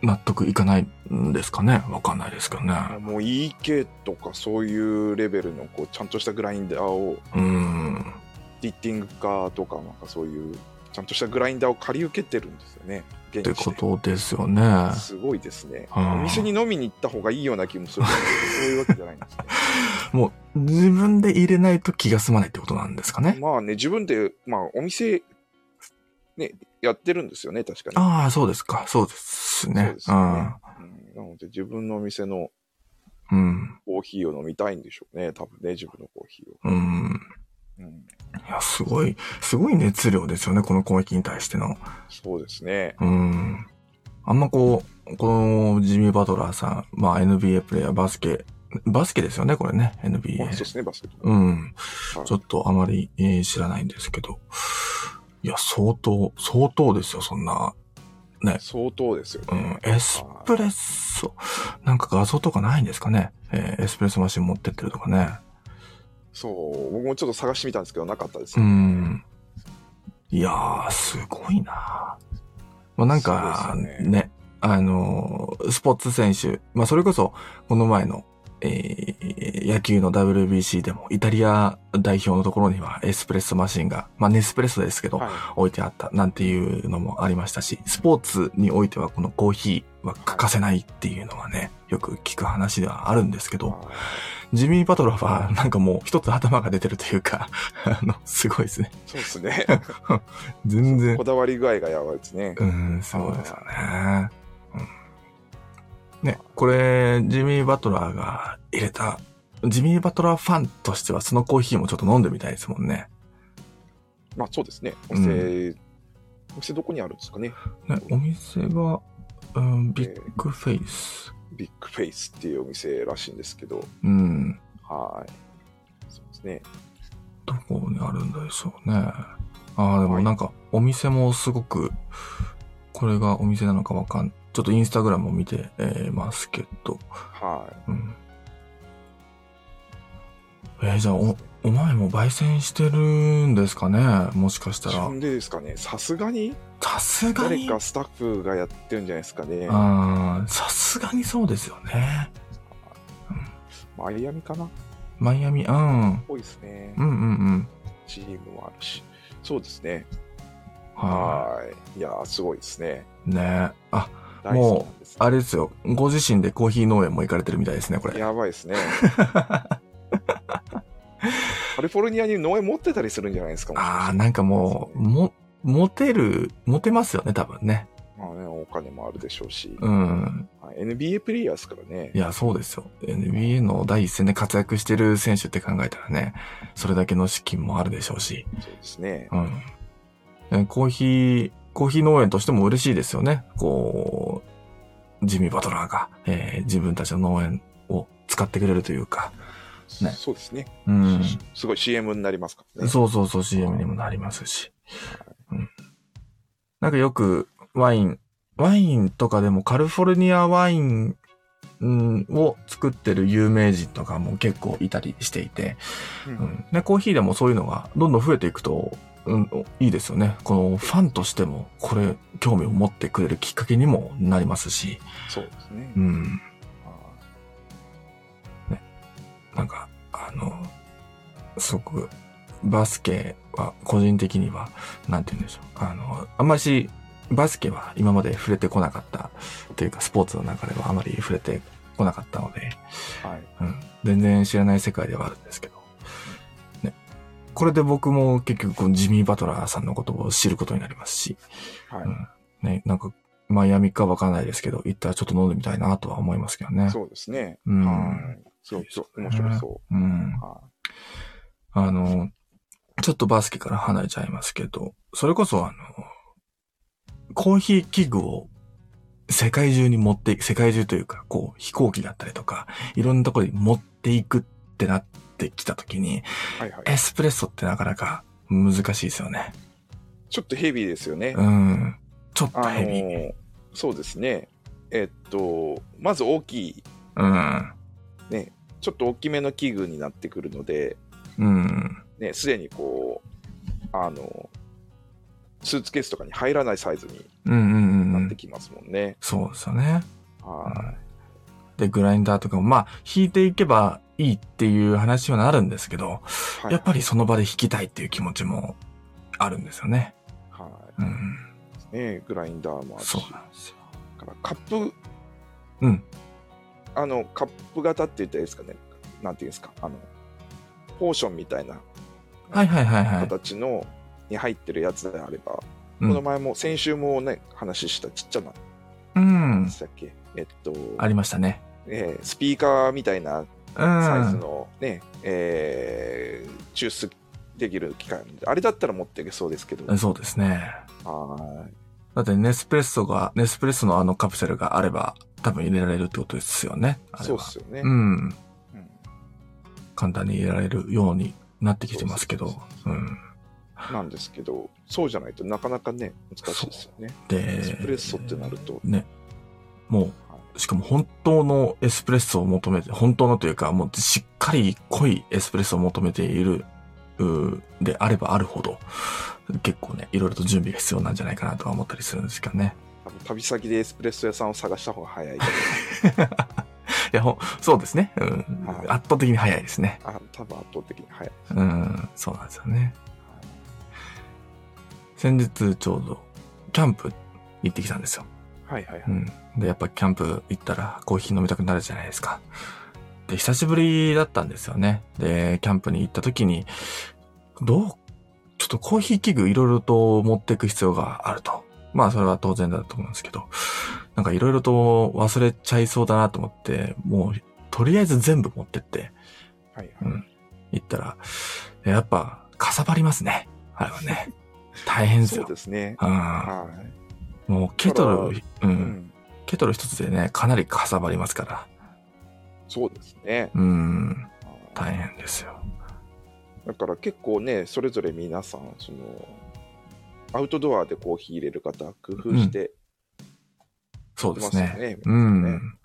納得いかないんですかねわかんないですけどね。
い。もう EK とかそういうレベルのこうちゃんとしたグラインダーを、
うーん。
リッティングカーとか、なんかそういう、ちゃんとしたグラインダーを借り受けてるんですよね。現
って
地
こ
で
とですよね。
すごいですね。
うん
お店に飲みに行った方がいいような気もするんですけど、そういうわけじゃないんですね。
もう、自分で入れないと気が済まないってことなんですかね。
まあね、自分で、まあお店、ね、やってるんですよね、確かに。
ああ、そうですか。そうです
そう
ね。
で
う
すよねうんなので自分のお店の
ん。
コーヒーを飲みたいんでしょうね、多分ね、自分のコーヒーを。
うん。うん。
うん、
いや、すごい、すごい熱量ですよね。この攻撃に対しての。
そうですね。
うん。あんまこう、このジミー・バトラーさん、まあ NBA プレイヤー、バスケ、バスケですよね、これね、NBA
まあ、そう。ですね、バスケット。
うん。
はい
ちょっとあまり、えー知らないんですけど。いや、相当、相当ですよ、そんな。
相当ですよね。
うん。エスプレッソ。なんか画像とかないんですかね。えーエスプレッソマシン持ってってるとかね。
そう、僕もちょっと探してみたんですけど、なかったです
う
ね。
ん。いやー、すごいなまあなんか
そうで
ね、
すよ
あのースポーツ選手、まあそれこそ、この前の、えー野球の WBC でも、イタリア代表のところにはエスプレッソマシンが、まあネスプレッソですけど、
は
置いてあったなんていうのもありましたし、スポーツにおいてはこのコーヒーは欠かせないっていうのはね、よく聞く話ではあるんですけ
い。
ど、
はい
ジミー・パトラはなんかもう一つ頭が出てるというか、 あの、すごいですね。
そうですね。
全然
こ。だわり具合がやばいですね。
うん、そうですよね。うん、ね、これ、ジミー・バトラーが入れた、ジミー・バトラーファンとしてはそのコーヒーもちょっと飲んでみたいですもんね。
まあそうですね。お
うん
店、お店どこにあるんですかね。
ね、お店が、うん、ビッ
えー
グフェイス。
ビッグフェイスっていうお店らしいんですけど、
うん、
はい。そうですね。
どこにあるんでしょうね。ああ、でもなんか、お店もすごく、これがお店なのかわかん、ちょっとインスタグラムを見て、えーますけど、
は
うん。えーじゃあ、お、お前も焙煎してるんですかねもしかし
い。
た
自
ら。
分でですかね。さすがに、
さすが
誰
に。
かスタッフがやってるんじゃないですかね。
あーさすがにそうですよね。
マイアミかな
マイアミ、うん。うん
多いですね
う。んうん。
チームもあるし。そうですね。
は
はい。いやー、すごいですね。
い。ねあ、
大好きなんです、
あれですよ。ご自身でコーヒー農園も行かれてるみたいですね、これ。
やばいですね。 カリフォルニアに農園持ってたりするんじゃないですかもしか
あ
し
あ、
て
なんかもう、も、モテる、モテますよね、多分ね。
まあね、お金もあるでしょうし、
うん。
まあ NBA プレイヤーですからね
い。や、そうですよ。NBA の第一線で活躍してる選手って考えたらね、それだけの資金もあるでしょうし。
そうですね。
うん。えコーヒー、コーヒー農園としても嬉しいですよね。こう、ジミー・バトラーが、えー自分たちの農園を使ってくれるというか。ね
そうですね。
うん。
すごい CM になりますからね。
そうそうそう、CM にもなりますし。うん。なんかよくワイン、ワインとかでもカリフォルニアワイン、うんを作ってる有名人とかも結構いたりしていて、
う
うんん、でコーヒーでもそういうのがどんどん増えていくと、うん、いいですよね。このファンとしても、これ、興味を持ってくれるきっかけにもなりますし、
そうですね
う。ん、
はい
なんか、あの、すごく、バスケは、個人的には、なんて言うんでしょう。あの、あんまし、バスケは今まで触れてこなかった、というか、スポーツの中ではあまり触れてこなかったので、
はい。
うん、全然知らない世界ではあるんですけど。ね、これで僕も結局このジミー・バトラーさんのことを知ることになりますし、
はい
うん、ね、なんかマイアミかわかんないですけど、行ったらちょっと飲んでみたいなとは思いますけどね。
そうですね。
うん。
はい。すごい、面白そう
ん
う。。は
あの、ちょっとバスケから離れちゃいますけど、それこそあの、コーヒー器具を世界中に持っていく、世界中というか、こう、飛行機だったりとか、いろんなところに持っていくってなってきたときに、
はいはい。
エスプレッソってなかなか難しいですよね。
ちょっとヘビーですよね。
うん。ちょっと
あの
ヘビー。
ーそうですね。えっと、まず大きい、
うん。
ね、ちょっと大きめの器具になってくるので、
うん。
ね、すでにこう、あの、スーツケースとかに入らないサイズに
うんうんうんう
なって
ん。
きますもんね。
そうですよね。
は
で、グラインダーとかも、まあ、弾いていけばいいっていう話はなるんですけど、
い。
やっぱりその場で弾きたいっていう気持ちもあるんですよね。
はい。は
うん。
い。ね、グラインダーもあるし
そうなんですよ。
からカップ、
うん。
あの、カップ型って言ったらいいですかね。なんていうんですか。あの、ポーションみたいな
はいはいはいはい。
形の、に入ってるやつであれば、
うん
この前も、先週もね、話したちっちゃな、
うん
で。したっけ、えっと、
ありましたね。
えースピーカーみたいな
う
サイズ
ん。
のね、えー抽出できる機械あれだったら持っていけそうですけど、
そうですね。
は
だってネスプレッソが、ネスプレッソのあのカプセルがあれば、多分入れられるってことですよね。あ
ーい
れ
そう
は。
っすよね。
うん。
うん
簡単に入れられるようになってきてますけど
そう。
う。
そうんなんですけど、そうじゃないとなかなかね、難しいですよね。
で、
エスプレッソってなると、
ね。も
は
う、しかも本当のエスプレッソを求めて、本当のというか、もうしっかり濃いエスプレッソを求めている、うーであればあるほど、結構ね、いろいろと準備が必要なんじゃないかなとは思ったりするんですけどね。
多分旅先でエスプレッソ屋さんを探した方が早い。
いや、ほんそうですね。うん。
はい
圧倒的に早いですね。
あ多分圧倒的に早い。
うん、そうなんですよね。先日ちょうど、キャンプ行ってきたんですよ。
はいはいは
う
い。
ん。で、やっぱキャンプ行ったらコーヒー飲みたくなるじゃないですか。で、久しぶりだったんですよね。で、キャンプに行った時に、どう、ちょっとコーヒー器具いろいろと持っていく必要があると。まあ、それは当然だと思うんですけど、なんかいろいろと忘れちゃいそうだなと思って、もう、とりあえず全部持ってって、
はい
う
はい
ん。行ったら、やっぱ、かさばりますね。あれはね。大変です
そう
よ。
ですね。
うん。
は
もう、ケトル、う。
い、うんん。
ケトル一つでね、かなりかさばりますから。
そうですね。
うん。大変ですよ。
だから結構ね、それぞれ皆さん、その、アウトドアでコーヒー入れる方、工夫して
そうで
ま
すす
よ
ね。
ね。
う
ね
ん。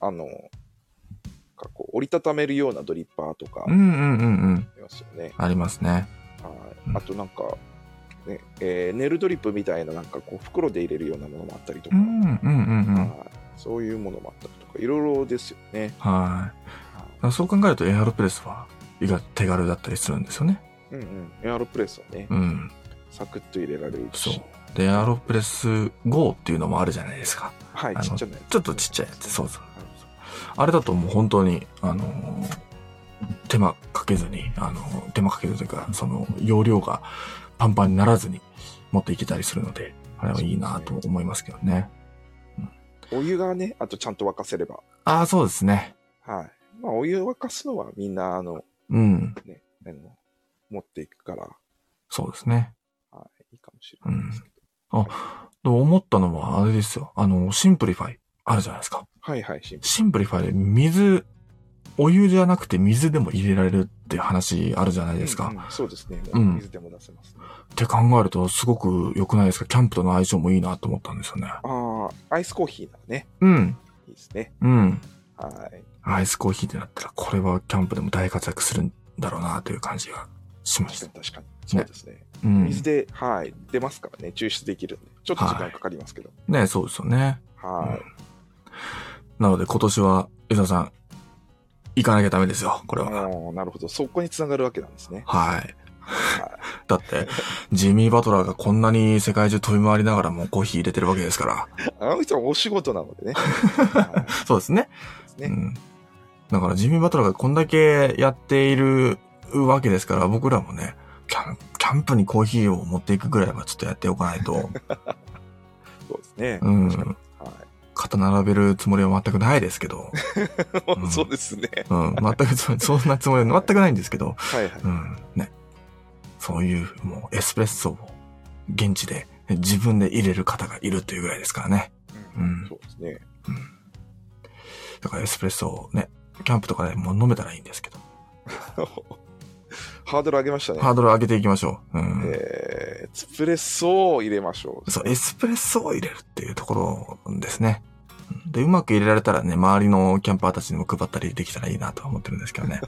あの、なんかこう折りたためるようなドリッパーとか
うんう
あ
んうんうん。
りますよね。
ありますね。
はい
うん
あとなんか、ねえーネルドリップみたいななんかこう袋で入れるようなものもあったりと
う
か、
んうんうんうん。
はいそういうものもあったりとか、いろいろですよね。
はい。だからそう考えるとエアロプレスは意外と手軽だったりするんですよね。
うんうん、エアロプレスをね、
うん。
サクッと入れられるし、
そうで、エアロプレス GO っていうのもあるじゃないですか。
はい、
あの
ちっちゃなやつ
ちょっとちっちゃいやつ。そうそう。
はい
あれだともう本当に、あのー手間かけずに、あのー手間かけずというか、その、容量がパンパンにならずに持っていけたりするので、あれはいいなと思いますけどね。
お湯がね、あとちゃんと沸かせれば。
ああ、そうですね。
はい。まあ、お湯を沸かすのはみんな、あの、
うん。
ね、あの持っていくから、
そうですね。
はい、いいかもしれないですけど。
でも思ったのは、あれですよ。あの、シンプリファイ、あるじゃないですか。
はいはい、シンプ
シンプリファイで水、お湯じゃなくて水でも入れられるって話あるじゃない
ル
ですか。
うんうんそうですね。も
う
うん水でも出せますね。
って考えると、すごく良くないですか。キャンプとの相性もいいなと思ったんですよね。
ああ、アイスコーヒーならね、
うん。
いいですね。
うん。
はい。
アイスコーヒーってなったら、これはキャンプでも大活躍するんだろうなという感じがしま
確
し
か
た
に。確かに。そうですね。
うん。
水で、はい、出ますからね、抽出できるんで。ちょっと時間かかりますけど。
ね、そうですよね。
は
なので今年は、伊沢さん、行かなきゃダメですよ、これ
い。
は。
もうなるほど。そこにつながるわけなんです ね。
はい。
は
だって、ジミー・バトラーがこんなに世界中飛び回りながらもコーヒー入れてるわけですから。
い。あの人はお仕事な のでね。は
そうですね。
いです
う
ね。
ん。だからジミー・バトラーがこんだけやっているわけですから、僕らもね、キャンキャンプにコーヒーを持っていくぐらいはちょっとやっておかない と。
そうですね。
うん
確かにはい。
肩並べるつもりは全くないですけど、うん
そうですね。
うん、全く つもりそんなつもりは全くないんですけど、
はいはい。
うん、ね。そういう、もうエスプレッソを現地で自分で入れる方がいるというぐらいですからね。
うん
うん
そ。うですね。
だからエスプレッソをね、キャンプとかでもう飲めたらいいんですけど、
ハードル上げましたね。
ハードル上げていきましょう。うん。
えーエスプレッソを入れましょう。
そう、エスプレッソを入れるっていうところですね。うんで、うまく入れられたらね、周りのキャンパーたちにも配ったりできたらいいなとは思ってるんですけどね。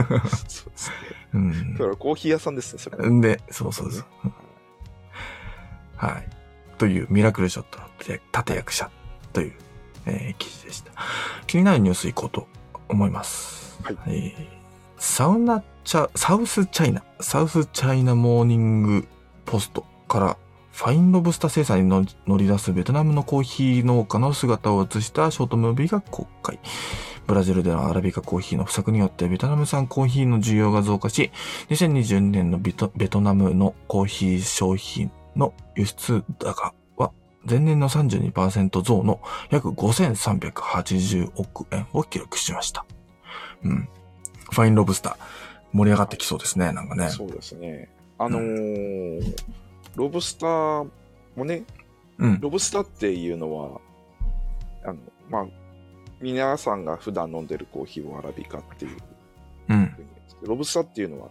そうですね。
うん
だか。らコーヒー屋さんですね、それ。
んで、そうそうそう。うんはい。というミラクルショットの立役者という、えー記事でした。気になるニュースいこうと思います。
はい
えーサウナチャ、サウスチャイナ、サウスチャイナモーニングポストからファインロブスター生産に乗り乗り出すベトナムのコーヒー農家の姿を映したショートムービーが公開。ブラジルでのアラビカコーヒーの不作によってベトナム産コーヒーの需要が増加し、2022年のベトベトナムのコーヒー商品の輸出高は前年の32%増の約5380億円を記録しました。うん。ファインロブスター、盛り上がってきそうですね、なんかね。
そうですね。あのーロブスターもね、
うん。
ロブスターっていうのは、あの、まあ、皆さんが普段飲んでるコーヒーをアラビカっていう
うん。
ふうに言うんですけどロブスターっていうのは、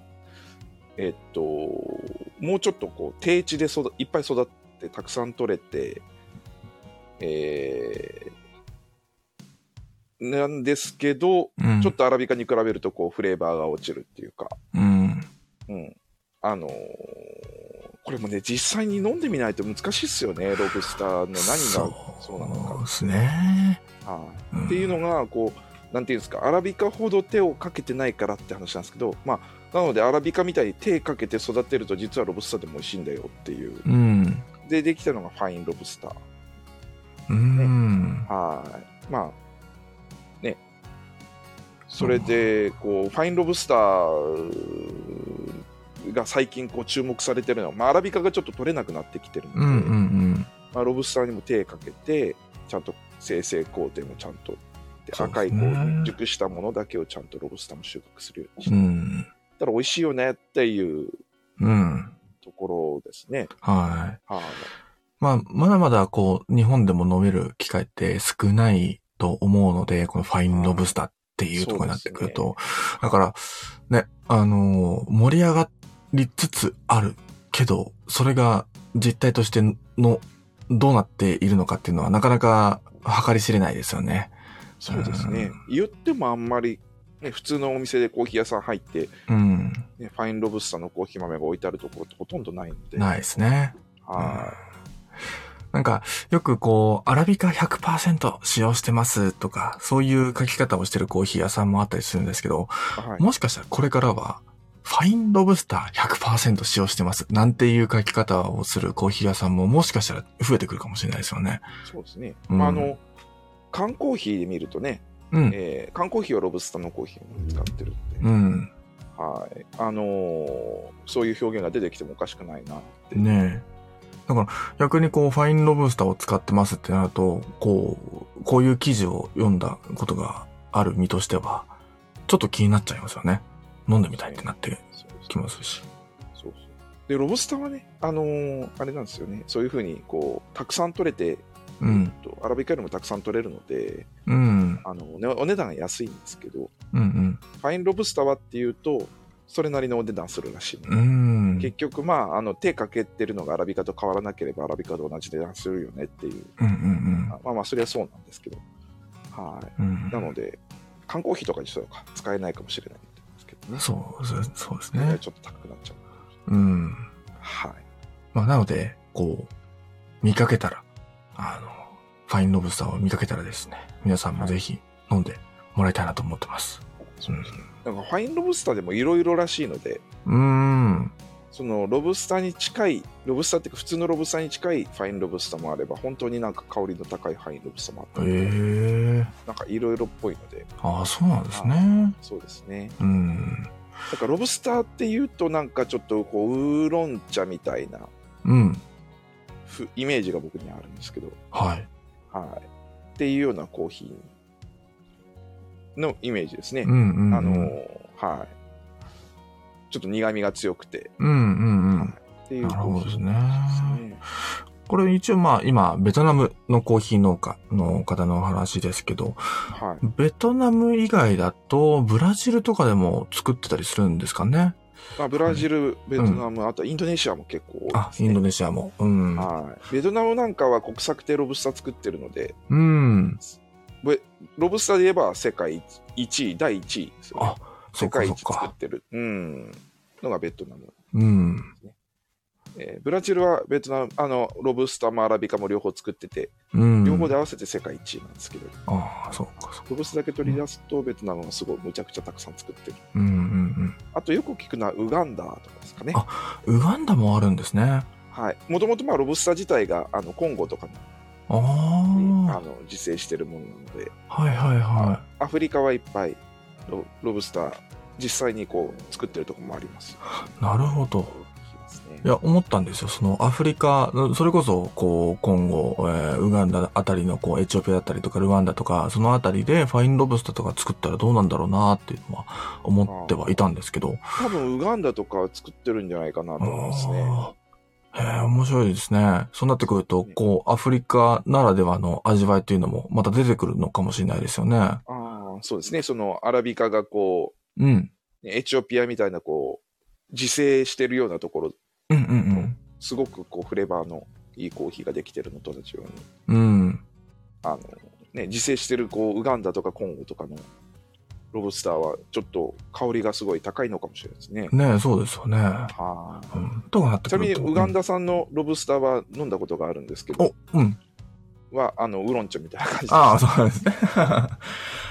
えっと、もうちょっとこう、低地で育いっぱい育って、たくさん取れて、えー、なんですけど、
うん。
ちょっとアラビカに比べるとこう、フレーバーが落ちるっていうか、
うん。
うん。あのーこれもね、実際に飲んでみないと難しいっすよね、ロブスターの何がそうなの
そう
か。
ですね。
はい
うん
っていうのがこうなんていうんですかアラビカほど手をかけてないからって話なんですけどまあなのでアラビカみたいに手かけて育てると実はロブスターでも美味しいんだよっていう
うん。
でできたのがファインロブスター
うん。
はいまあねそれでこうファインロブスターが最近こう注目されてるのは、まあ、アラビカがちょっと取れなくなってきてるので、
うんうんうん。
まあ、ロブスターにも手かけてちゃんと生成工程もちゃんとで
そうですね
赤いこう熟したものだけをちゃんとロブスターも収穫するようにし
う
て
ん。
たら美味しいよねっていう
うん。
ところですね。
はい。
はい
まあ、まだまだこう、日本でも飲める機会って少ないと思うので、このファインロブスターっていうところになってくると、だから、ね、あのー盛り上がりつつあるけど、それが実態としての、どうなっているのかっていうのはなかなか計り知れないですよね。
そうですね。言ってもあんまり、ね、普通のお店でコーヒー屋さん入って、
うん。
ね、ファインロブスターのコーヒー豆が置いてあるところってほとんどないので。
ないですね。
は
なんか、よくこう、アラビカ100%使用してますとか、そういう書き方をしてるコーヒー屋さんもあったりするんですけど、
い。はい
もしかしたらこれからは、ファインロブスター100%使用してますなんていう書き方をするコーヒー屋さんももしかしたら増えてくるかもしれないですよね。
そうですね。
うん
まあ、あの、缶コーヒーで見るとね、
うん。
えー缶コーヒーはロブスターのコーヒーを使ってるって。
うん。
はい、あのーそういう表現が出てきてもおかしくないなって。
ねえ。だから、逆にこう、ファインロブスターを使ってますってなると、こう、こういう記事を読んだことがある身としては、ちょっと気になっちゃいますよね。飲んでみたいってなって
そう
きますし。
そうそうで、ロブスターはね、あのーあれなんですよね、そういうふうにこうたくさん取れて、
うん。
とアラビカよりもたくさん取れるので、
うん。
あのね、お値段が安いんですけど、
うん
ファインロブスターはっていうと、それなりのお値段するらしいの
う
で、
ん。うん
結局、まああの、手かけてるのがアラビカと変わらなければ、アラビカと同じ値段するよねっていう、
うんうん
あまあまあ、それはそうなんですけど、はい
うん。
なので、缶コーヒーとかにしようか、使えないかもしれないんですけどね。
そう、そうそうです
ね
ね。
ちょっと高くなっちゃう。
うん。
はい。
まあ、なので、こう、見かけたら、あの、ファインロブスターを見かけたらですね、皆さんもぜひ飲んでもらいたいなと思ってます。
そうですね。なんかファインロブスターでもいろいろらしいので、
うん。うん
そのロブスターに近い、ロブスターっていうか普通のロブスターに近いファインロブスターもあれば、本当になんか香りの高いファインロブスターもあ
ええ
ったり、
ー。
なんかいろいろっぽいので、
ああ、そうなんですね。
そうですね。
うん。
なんかロブスターっていうとなんかちょっとこうウーロン茶みたいな
うん。
ふイメージが僕にはあるんですけど、
はい。
はい。っていうようなコーヒーのイメージですね。
うんうん、うん。
あの、はい。ちょっと苦味が強くて
うんうんうん。
っていう
なるほどですね
コーヒーですね
これ一応まあ今、ベトナムのコーヒー農家の方のお話ですけど、
はい。
ベトナム以外だと、ブラジルとかでも作ってたりするんですかね。
まあ、ブラジル、ベトナム、あとインドネシアも結構多い
あ
で、す
イン
ね
ドネシアも。うん。
はい。ベトナムなんかは国策でロブスター作ってるので、
うん。
ブロブスターで言えば世界1位、第1位ですよね
あ、そ
世
っか
界
そっ
一作っ
か。
てる。うん。のがベトナム。
うん。
えーブラジルはベトナム、あの、ロブスターもアラビカも両方作ってて、
うん。
両方で合わせて世界一位なんですけど、
ああ、そっかそっか。
ロブスターだけ取り出すと、ベトナムはすごいむちゃくちゃたくさん作ってる。
うんうん
あとよく聞くのはウガンダとかですかね。
あうん。ウガンダもあるんですね。あ
はい。もともとまあロブスター自体があのコンゴとかに
あ。
あ
は
の自生してるものなので、
いはいは
アフリカはいっぱいロロブスター実際にこう作ってるとこもあります。
い。なるほど。
ね
いや、思ったんですよ。そのアフリカ、それこそ、こう、今後、えーウガンダあたりの、こう、エチオピアだったりとか、ルワンダとか、そのあたりで、ファインロブスターとか作ったらどうなんだろうなっていうのは、思ってはいたんですけど。
多分ウガンダとかは作ってるんじゃないかなと思いますね。
あーへえ、面白いですね。そうなってくると
ね、
こう、アフリカならではの味わいというのも、また出てくるのかもしれないですよね。
ああ、そうですね。そのアラビカがこ
うん。
う、エチオピアみたいなこう、自生してるようなところ、
うんうん
すごくこう、フレーバーのいいコーヒーができてるのと同じように、
うん。うん。
あの、ね、自生してるこう、ウガンダとかコンゴとかのロブスターは、ちょっと香りがすごい高いのかもしれないですね。
ねえ、そうですよね。
ああ。
うん。とかなって
ちな
く
み
る
に
と。
ウガンダ産のロブスターは飲んだことがあるんですけ
う
ど、
ん。お、うん。
は、あの、ウーロン茶みたいな感じです。
ああ、そうなんですね。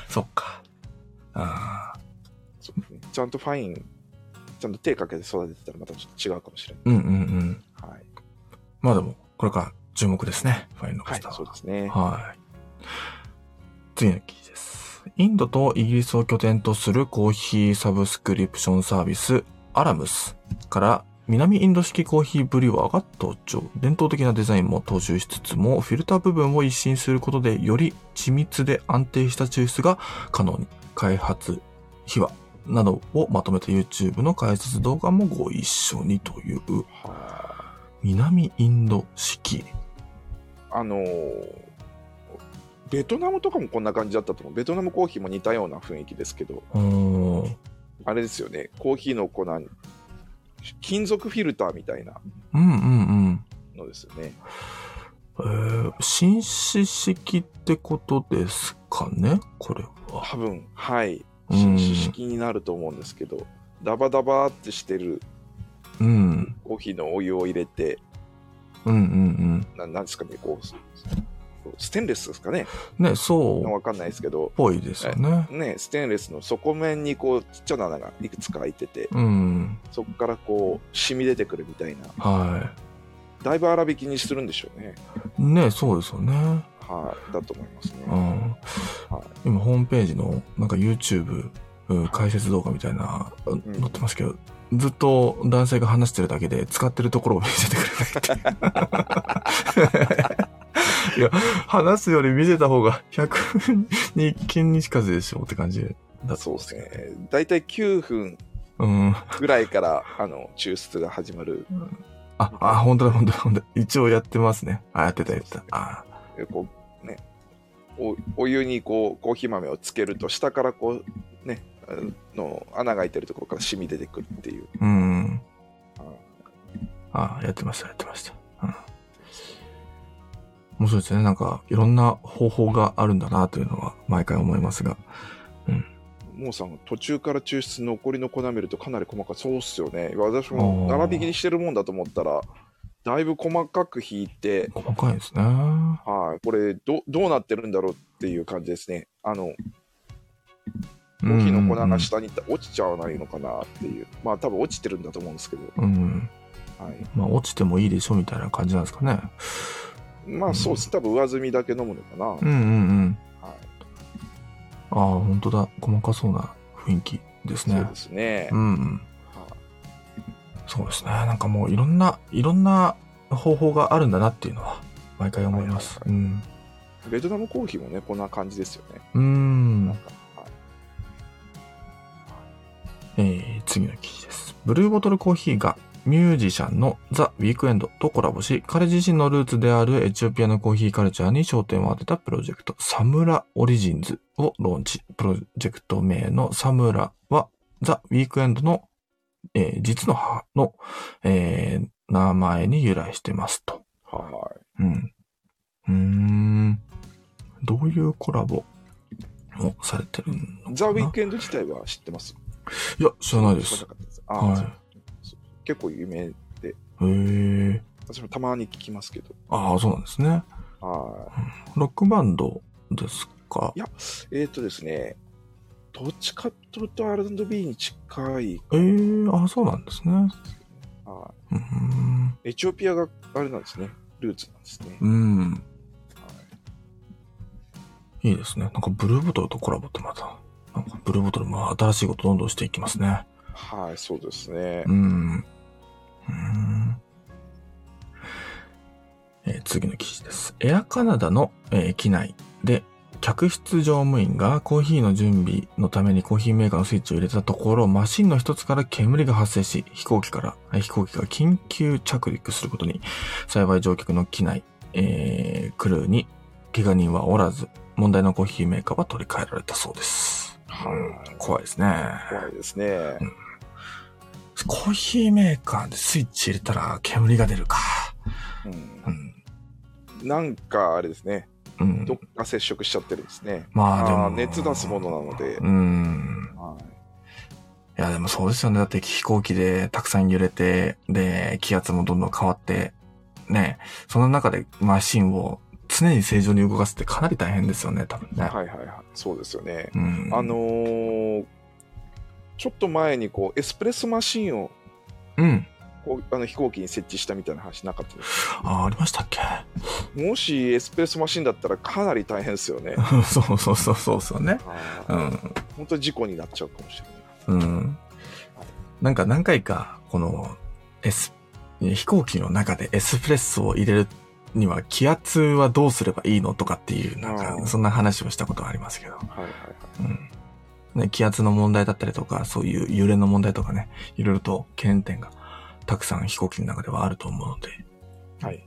そっか。ああ、
そうですねちゃんとファイン、ちゃんと手かけて育ててたらまたちょっと違うかもしれ
うんうんうん。
ない。はい。
まあでも、これから注目ですね。ファインロブ
は
ス
い
タ、ー
そう
は。
ですね。
はい。次の記事です。インドとイギリスを拠点とするコーヒーサブスクリプションサービス、アラムスから南インド式コーヒーブリュワーが登場。伝統的なデザインも踏襲しつつも、フィルター部分を一新することで、より緻密で安定した抽出が可能に。開発秘話などをまとめた YouTube の解説動画もご一緒にという、
は
南インド式。
ああのーベトナムとかもこんな感じだったと思う。ベトナムコーヒーも似たような雰囲気ですけど、
うーん。
あれですよね、コーヒーの粉に、金属フィルターみたいな
うんうんうん。
のですよね。
えー、紳士式ってことですかねこれは。
多分、はい。
うん
紳士式になると思うんですけど、ダバダバーってしてる
うん。
コーヒーのお湯を入れて、
うんうん
ななんですかね、こう、スステンレスですかね、
うん。ね、そうっ
わかんないですけど、
ぽいですよね。
ね、ステンレスの底面にこうちっちゃな穴がいくつか開いてて、
うん。
そこからこう、染み出てくるみたいな、
は
だいぶ粗挽きにするんでしょうね。
い。ね、そうですよね。
はい、だと思いますね。
う
は
ん。今、ホームページの、なんか YouTube、うん解説動画みたいな、
ん
載ってますけど、ずっと男性が話してるだけで、使ってるところを見せてくれない って。いや、話すより見せた方が100に1件にしかずでしょって感じだ
い、
と
そう
思
です
けど。
ね。だいたい9分
うん。
ぐらいから、あの、抽出が始まる、
あ、あ、本当だ、本当だ、本当だ。一応やってますね。あ、やってた、やってた。あ
こう、ね、おお湯にこう、コーヒー豆をつけると、下からこう、ね、あの穴が開いてるところから染み出てくるっていう。
うん。
あ
あやってました、やってました。うん。面白いですね。なんか、いろんな方法があるんだな、というのは、毎回思いますが。
モーさん途中から抽出残りの粉見るとかなり細かいそうっすよね私も
あー
並びきにしてるもんだと思ったらだいぶ細かく引いて
細かいですね。
はいこれどどうなってるんだろうっていう感じですねあのコ
コ
ーヒーの粉が下に行った落ちちゃわないのかなっていうまあ多分落ちてるんだと思うんですけど、
うん。うん。
はい、
まあ、落ちてもいいでしょ、みたいな感じなんですかね。
まあそうっす多分上積みだけ飲むのかな、
うんうんうん。
はい、
ああ、本当だ。細かそうな雰囲気です
そう
ね
で。すね、
うんうん。
はい
そうですね。なんかもういろんな、いろんな方法があるんだなっていうのは、毎回思います。
は
うん。
ベトナムコーヒーもねこんな感じですよね
うー
なん
ん。
か、はい
えー、次の記事です。ブルーボトルコーヒーがミュージシャンのザ・ウィークエンドとコラボし、彼自身のルーツであるエチオピアのコーヒーカルチャーに焦点を当てたプロジェクト、サムラ・オリジンズをローンチ。プロジェクト名のサムラは、ザ・ウィークエンドの、えー実の母の、えー名前に由来してますと。
は
うん。うーん。どういうコラボをされてるのか
い。
な
ザ・ウィークエンド自体は知ってます
いや、知らないです
知ら。なかったですあー、
はい
そう結構有名、
へえ。
私もたまに聞きますけど。
ああ、そうなんですね。
は
ロックバンドですか
い。いや、えっ、とですね、どっちかというと R&B に近い。
ええー、ああ、そうなんですね。
は
うーん。
いエチオピアがあれなんですね、ルーツなんですね。
うん。
はい
いいですね。なんかブルーボトルとコラボってまた、なんかブルーボトルも新しいことどんどんしていきますね。
はい、そうですね。
うん。うーんえー次の記事です。エアカナダの、えー機内で、客室乗務員がコーヒーの準備のためにコーヒーメーカーのスイッチを入れたところ、マシンの一つから煙が発生し、飛行機から、えー飛行機が緊急着陸することに、幸い乗客の機内、えークルーに怪我人はおらず、問題のコーヒーメーカーは取り替えられたそうです。うん怖いですね。
怖いですね。
コーヒーメーカーでスイッチ入れたら煙が出るか。
うん
うん。
なんかあれですね、
うん
どっ。か接触しちゃってるんですね。
まあで
あ
も。
ー熱出すものなので、
うん。
はい
いやでもそうですよね。だって飛行機でたくさん揺れて、で、気圧もどんどん変わって、ね、その中でマシンを常に正常に動かすってかなり大変ですよね、多分ね。
はいはいはい、そうですよね。
うん。
あの、ーちょっと前にこうエスプレッソマシンを
うん。
こうあの飛行機に設置したみたいな話なかったです
あ、ありましたっけ
もしエスプレッソマシンだったらかなり大変ですよね。
そうそうそうそうそうね。
あ
う
ー
ん。
本当に事故になっちゃうかもしれない。
うん。なんか何回か、この、エス、飛行機の中でエスプレッソを入れるには気圧はどうすればいいのとかっていう、なん
う
か、
ん
そんな話をしたことがありますけど。
はいはいはい
うん。ね、気圧の問題だったりとか、そういう揺れの問題とかね、いろいろと懸念点がたくさん飛行機の中ではあると思うので。
はい。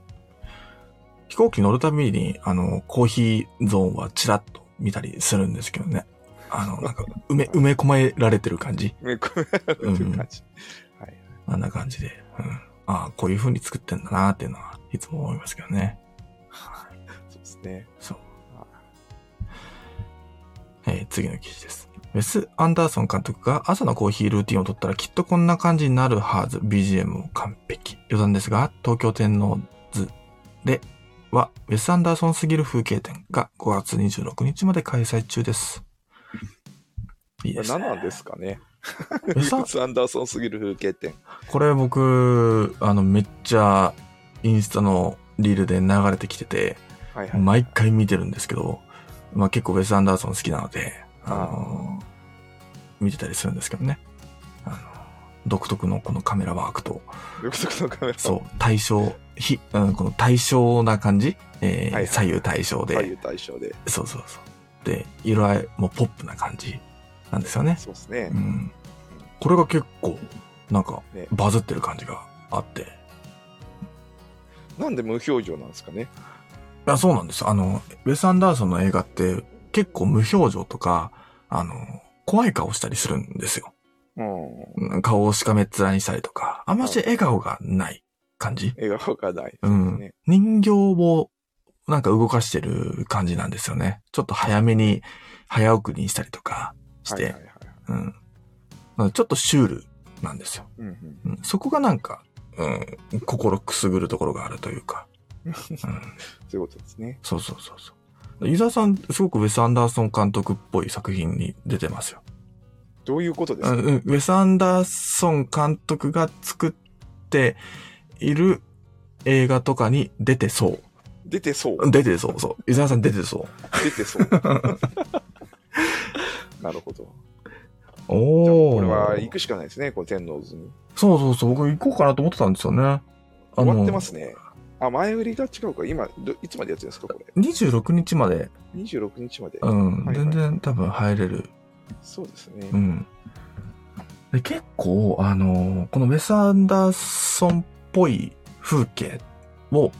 飛行機乗るたびに、あの、コーヒーゾーンはチラッと見たりするんですけどね。あの、なんか、埋め、埋め込まれられてる感じ。
ね こういう感じ。
あんな感じで、うん。ああ、こういう風に作ってんだなっていうのは、いつも思いますけどね。
そうですね。
そう
あ。
えー次の記事です。ウェス・アンダーソン監督が朝のコーヒールーティンを取ったらきっとこんな感じになるはず。BGM も完璧。余談ですが、東京天王図では、ウェス・アンダーソンすぎる風景展が5月26日まで開催中です。いいで
これ
すね。
何なんですかね。
ウ
ウ
ェス
ィル ス・アンダーソンすぎる風景展。
これ僕、あの、めっちゃ、インスタのリールで流れてきてて、
はいはい。
毎回見てるんですけど、まあ結構ウェス・アンダーソン好きなので、あの見てたりするんですけどね。あの独特のこのカメラワークと、
独特のカメラ。
そう、対称、ひ、うん、この対称な感じ、えー
はいはい
左右対称で、
左右対称で。
そうそうそう。で、色合いもポップな感じなんですよね。
そうですね
う。ん。これが結構、なんか
ね、
バズってる感じがあって、
なんで無表情なんですかね。
いや、そうなんです。あの、ウェス・アンダーソンの映画って結構無表情とか、あの、怖い顔したりするんですよ。
うん。
うん顔をしかめっ面にしたりとか、あんまし笑顔がない感じ。
絵がわからないです
う
ね
ん。。人形をなんか動かしてる感じなんですよね。ちょっと早めに、早送りにしたりとかし
はい
て、
はいはいはい。
うん。なのでちょっとシュールなんですよ。
うんうん
うんそこがなんか、うん、心くすぐるところがあるというか。うん
そういうことですね。
そうそうそうそう。伊沢さん、すごくウェス・アンダーソン監督っぽい作品に出てますよ。
どういうことで
う
す
ん
か
うん、ウェス・アンダーソン監督が作っている映画とかに出てそう
出てそう
う。ん。出てそうそう。伊沢さん出てそ
出てそう。 なるほ
う。
ど。じゃあ
お
これは行くしかないですね、こう天王寺に。
そうそうそう。僕行こうかなと思ってたんですよね。あの
終わってますね。あ、前売りが違うか。今、どいつまでやってるんですか、これ。
26日まで、
26日まで。
うん、
はいは
全
い
然多分入れる。
そうですね
う。ん。で結構、あの、このウェス・アンダーソンっぽい風景を、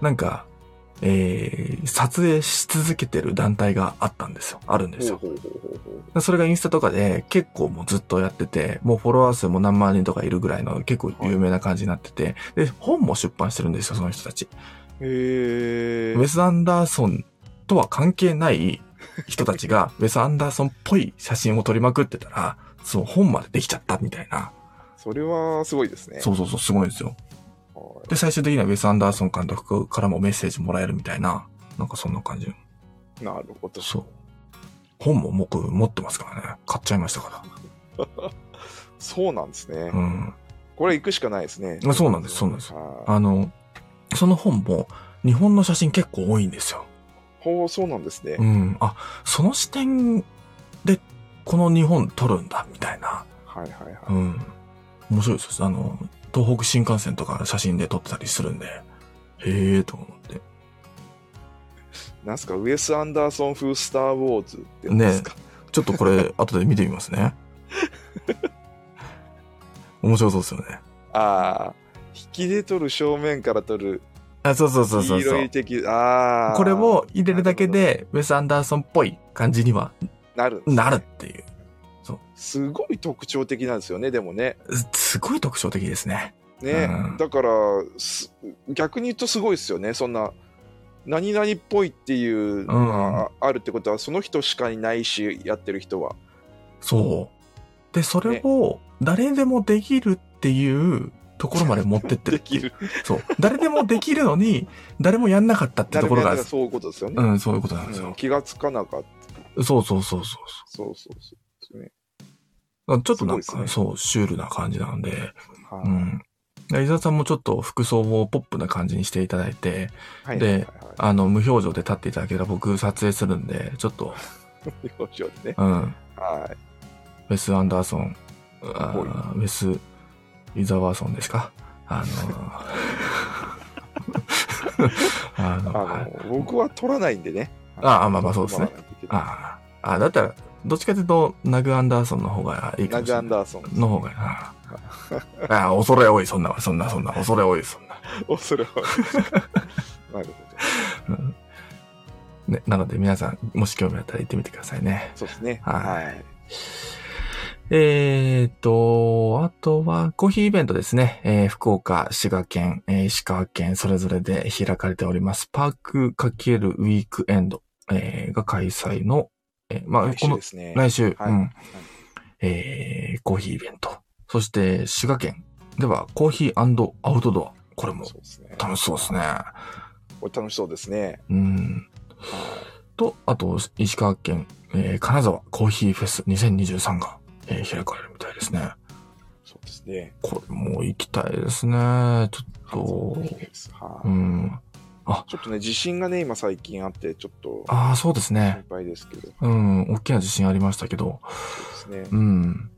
なんか、えー、撮影し続けてる団体があったんですよ。あるんですよ。
ほうほうほうほう
でそれがインスタとかで結構もうずっとやってて、もうフォロワー数も何万人とかいるぐらいの結構有名な感じになってて、で、本も出版してるんですよ、その人たち。
へえ
ウェス・アンダーソンとは関係ない人たちが、ウェス・アンダーソンっぽい写真を撮りまくってたら、その本までできちゃったみたいな。
それはすごいですね。
そうそうそう、すごいんですよ。
はい
で、最終的にはウェス・アンダーソン監督からもメッセージもらえるみたいな、なんかそんな感じ。
なるほど。
そう。本も僕持ってますからね。買っちゃいましたか
そうなんです
ら。
ね。
うん。
これ行くしかないですね。
あそうなんですそうなんです
はい
あの、その本も日本の写真結構多いんですよ。
ほう、そうなんですね
う。ん。あ、その視点でこの日本撮るんだ、みたいな。
はいはいはい。
うん。面白いですよ。あの、東北新幹線とか写真で撮ってたりするんで。へえーと思って。
なんすか、ウエス・アンダーソン風スター・ウォーズってなんですか。
ちょっとこ れ、後で見てみますね。面白そうですよね。
ああ、引きで撮る正面から撮る、
あ、そうそうそうそう
黄
そ
色
う
い。的、ああ。
これを入れるだけで、ウェス・アンダーソンっぽい感じには
なるんですね
なるっていう。
すごい特徴的なんですよね、でもね。
すごい特徴的ですね。
ね、
うん
だからす逆に言うとすごいですよね、そんな、何々っぽいっていうのがあるってことは、その人しかいないし、やってる人は。
そう。で、それを誰でもできるっていうところまで持ってってる
で
ってい
き
う。
る。
そう。誰でもできるのに、誰もやんなかったってと
誰
こ
も
ろ
や
が
ら、そういうことですよね。
うん、そういうことなんです
うん
よ。
気がつかなかった。
そうそうそうそうそ
そうそうそうですね。
う。ちょっとなん
す
か、
ごいです
そう、シュールな感じなんで、
は
う
い
ん。で伊沢さんもちょっと服装をポップな感じにしていただいて、
はい
で
はいはいは
あの、無表情で立っていただければ僕撮影するんで、ちょっと、
い。表情でね。
うん、ウ
はい。
ェス・アンダーソン、あ
ぽい
ーウェス・伊沢ソンですかあ の、あ
あ
の、はい
の、僕は撮らないんでね。
ああまあまあそうですね
撮らないといけない。
あーあー、だったら、どっちかというと、ナグ・アンダーソンの方がいいか
ナ
もし
グ・
れな
アン
い。
ダーソン。
の方がいいな。ああ、恐れ多い、そんな、そんな、そんな、恐れ多い、そんな。
おそれは。なるほど。
うんね、なので皆さん、もし興味あったら行ってみてくださいね。
そうですね。
は
はい。
えーっと、あとは、コーヒーイベントですね。えー福岡、滋賀県、えー石川県、それぞれで開かれております。パーク×ウィークエンド、えーが開催の、えーまあ、
来
こ
週
の
で、すね。
来週、
はい
うん。えーコーヒーイベント。そして、滋賀県では、コーヒーアウトドア。これも
そうですね。
楽しそうですね。
これ楽しそうですね。
うん。
は
と、あと、石川県、えー金沢コーヒーフェス2023が、えー開かれるみたいですね。
いそうですね。
これもう行きたいですね。ちょっ
は
と、う
い
ん。
ちょっとね、地震がね、今最近あって、ちょっと
ああ、そうですね
心。配ですけど、
うん。大きな地震ありましたけど、
そうですね。
うん。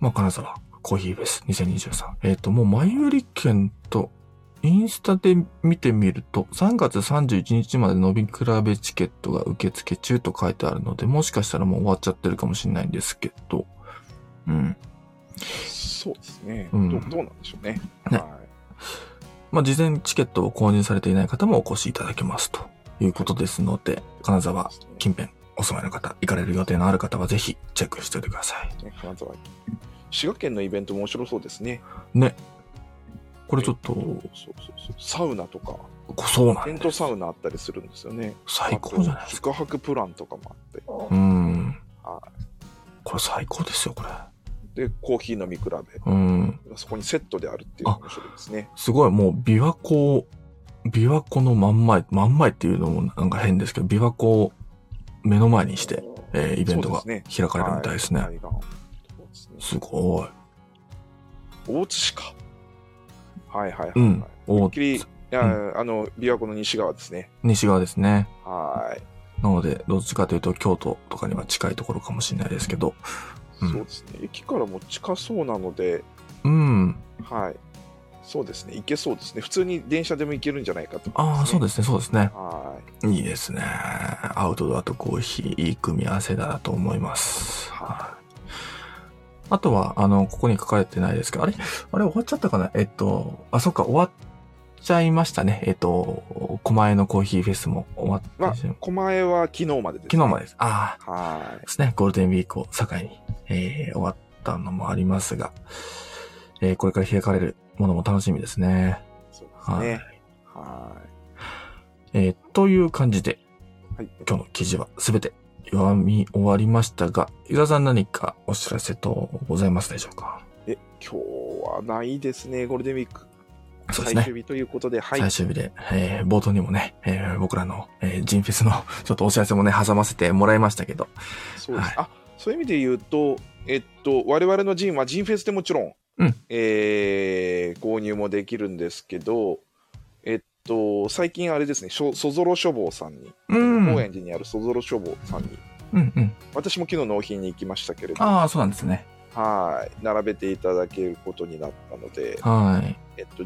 まあ、金沢コーヒーフェス2023。えっ、と、もう前売り券と、インスタで見てみると、3月31日まで伸び比べチケットが受付中と書いてあるので、もしかしたらもう終わっちゃってるかもしれないんですけど、うん。
そうですね。
う
ど
ん
どうなんでしょうね。
ね
はい
まあ、事前チケットを購入されていない方もお越しいただけますということですので、金沢
そうですね
近辺お住まいの方、行かれる予定のある方はぜひチェックしておいてください。
ね金沢滋賀県のイベントも面白そうですね。
これちょっと、
そうそうそうサウナとか、
そうなん
テン
で
ト
す
サ。ウナあったりするんですよね。
最高じゃない
あと
ですか。
宿泊プランとかもあって、
うん。
は
これ最高ですよ、これ。
で、コーヒー飲み比べ、
うん。
そこにセットであるっていうのも面白いですね。
すごい、もう、琵琶湖、琵琶湖の真ん前、真ん前っていうのもなんか変ですけど、琵琶湖を目の前にして、えーイベントが
そうで
開
す
かれるみたいですね。
はい海岸そうですね
すごい。
大津市か。はいはいはい、はい。
うん。
て
お
っきり、いやあの、琵琶湖の西側ですね。
西側ですね。
はい。
なので、どっちかというと京都とかには近いところかもしれないですけど、うん
そうですね。駅からも近そうなので、
うん。
はい。そうですね。行けそうですね。普通に電車でも行けるんじゃないかと思い
ああ、そう
で
ですね、そうですね
す。。はい。
いいですね。アウトドアとコーヒー、いい組み合わせだなと思います。
は
はいあとは、あの、ここに書かれてないですけど、あれあれ終わっちゃったかなえっと、あ、そっか、終わっちゃいましたね。えっと、狛江のコーヒーフェスも終わって、
は
昨
狛江は昨日までです、
日までです。ああ、
は
ですね。ゴールデンウィークを境に、えー終わったのもありますが、えーこれから開かれるものも楽しみですね。
い。そうですね。は
えーという感じで、
い。はい。
今日の記事はすべて読み終わりましたが、伊沢さん何かお知らせとございますでしょうか
え、今日はないですね、ゴールデンウィーク。
そうです
最
ね。
終日ということで、はい。
最終日で、えー冒頭にもね、えー僕らの、えージンフェスの ちょっとお知らせもね、挟ませてもらいましたけど、
そうです。あ、そういう意味で言うと、えっと、我々のジンはジンフェスでもちろん、
うん
えー購入もできるんですけど、えっと、最近あれですね、しょそぞろ書房さんに、
うん。う
高
ん
円寺にあるそぞろ書房さんに、
うん。
私も昨日納品に行きましたけれども、
ああ、そうなんですね。
はい、並べていただけることになったので、
はい。
えっと、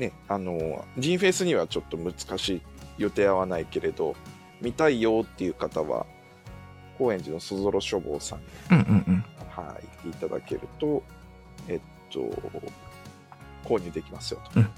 ね、あの、ジンフェスにはちょっと難しい予定合わないけれど、見たいよっていう方は、高円寺のそぞろ書房さんに
うんうんうん。
はい、行っていただけると、えっと、購入できますよと。
うん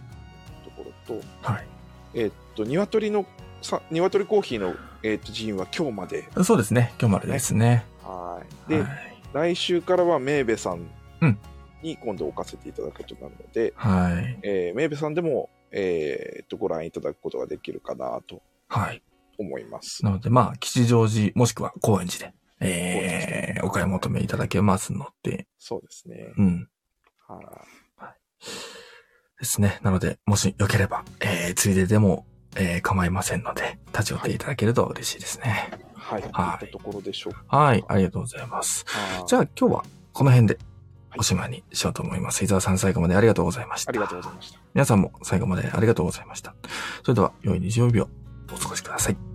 ところと、
はい。
えっと、鶏の、さ鶏コーヒーの、えっと、ジンは今日まで。
そうですね。今日までですね。
はい。で、
はい
来週からはメーベさん
うん
に今度置かせていただくことになるので、
はい。
えー、メーベさんでも、えーっと、ご覧いただくことができるかなと
はい。
思います。
なので、まあ、吉祥寺、もしくは高円寺で、えー、お買い求めいただけますので、
そうですね。
うん。
は
ですね。なので、もしよければ、えー、ついででも、えー、構いませんので、立ち寄っていただけると嬉しいですね。
い。はい。
はい
といったところでしょうか。
はい。ありがとうございます。
はい
じゃあ今日はこの辺で
はい
おしまいにしようと思います。伊沢さん最後までありがとうございました。
ありがとうございました。
皆さんも最後までありがとうございました。それでは良い日曜日をお過ごしください。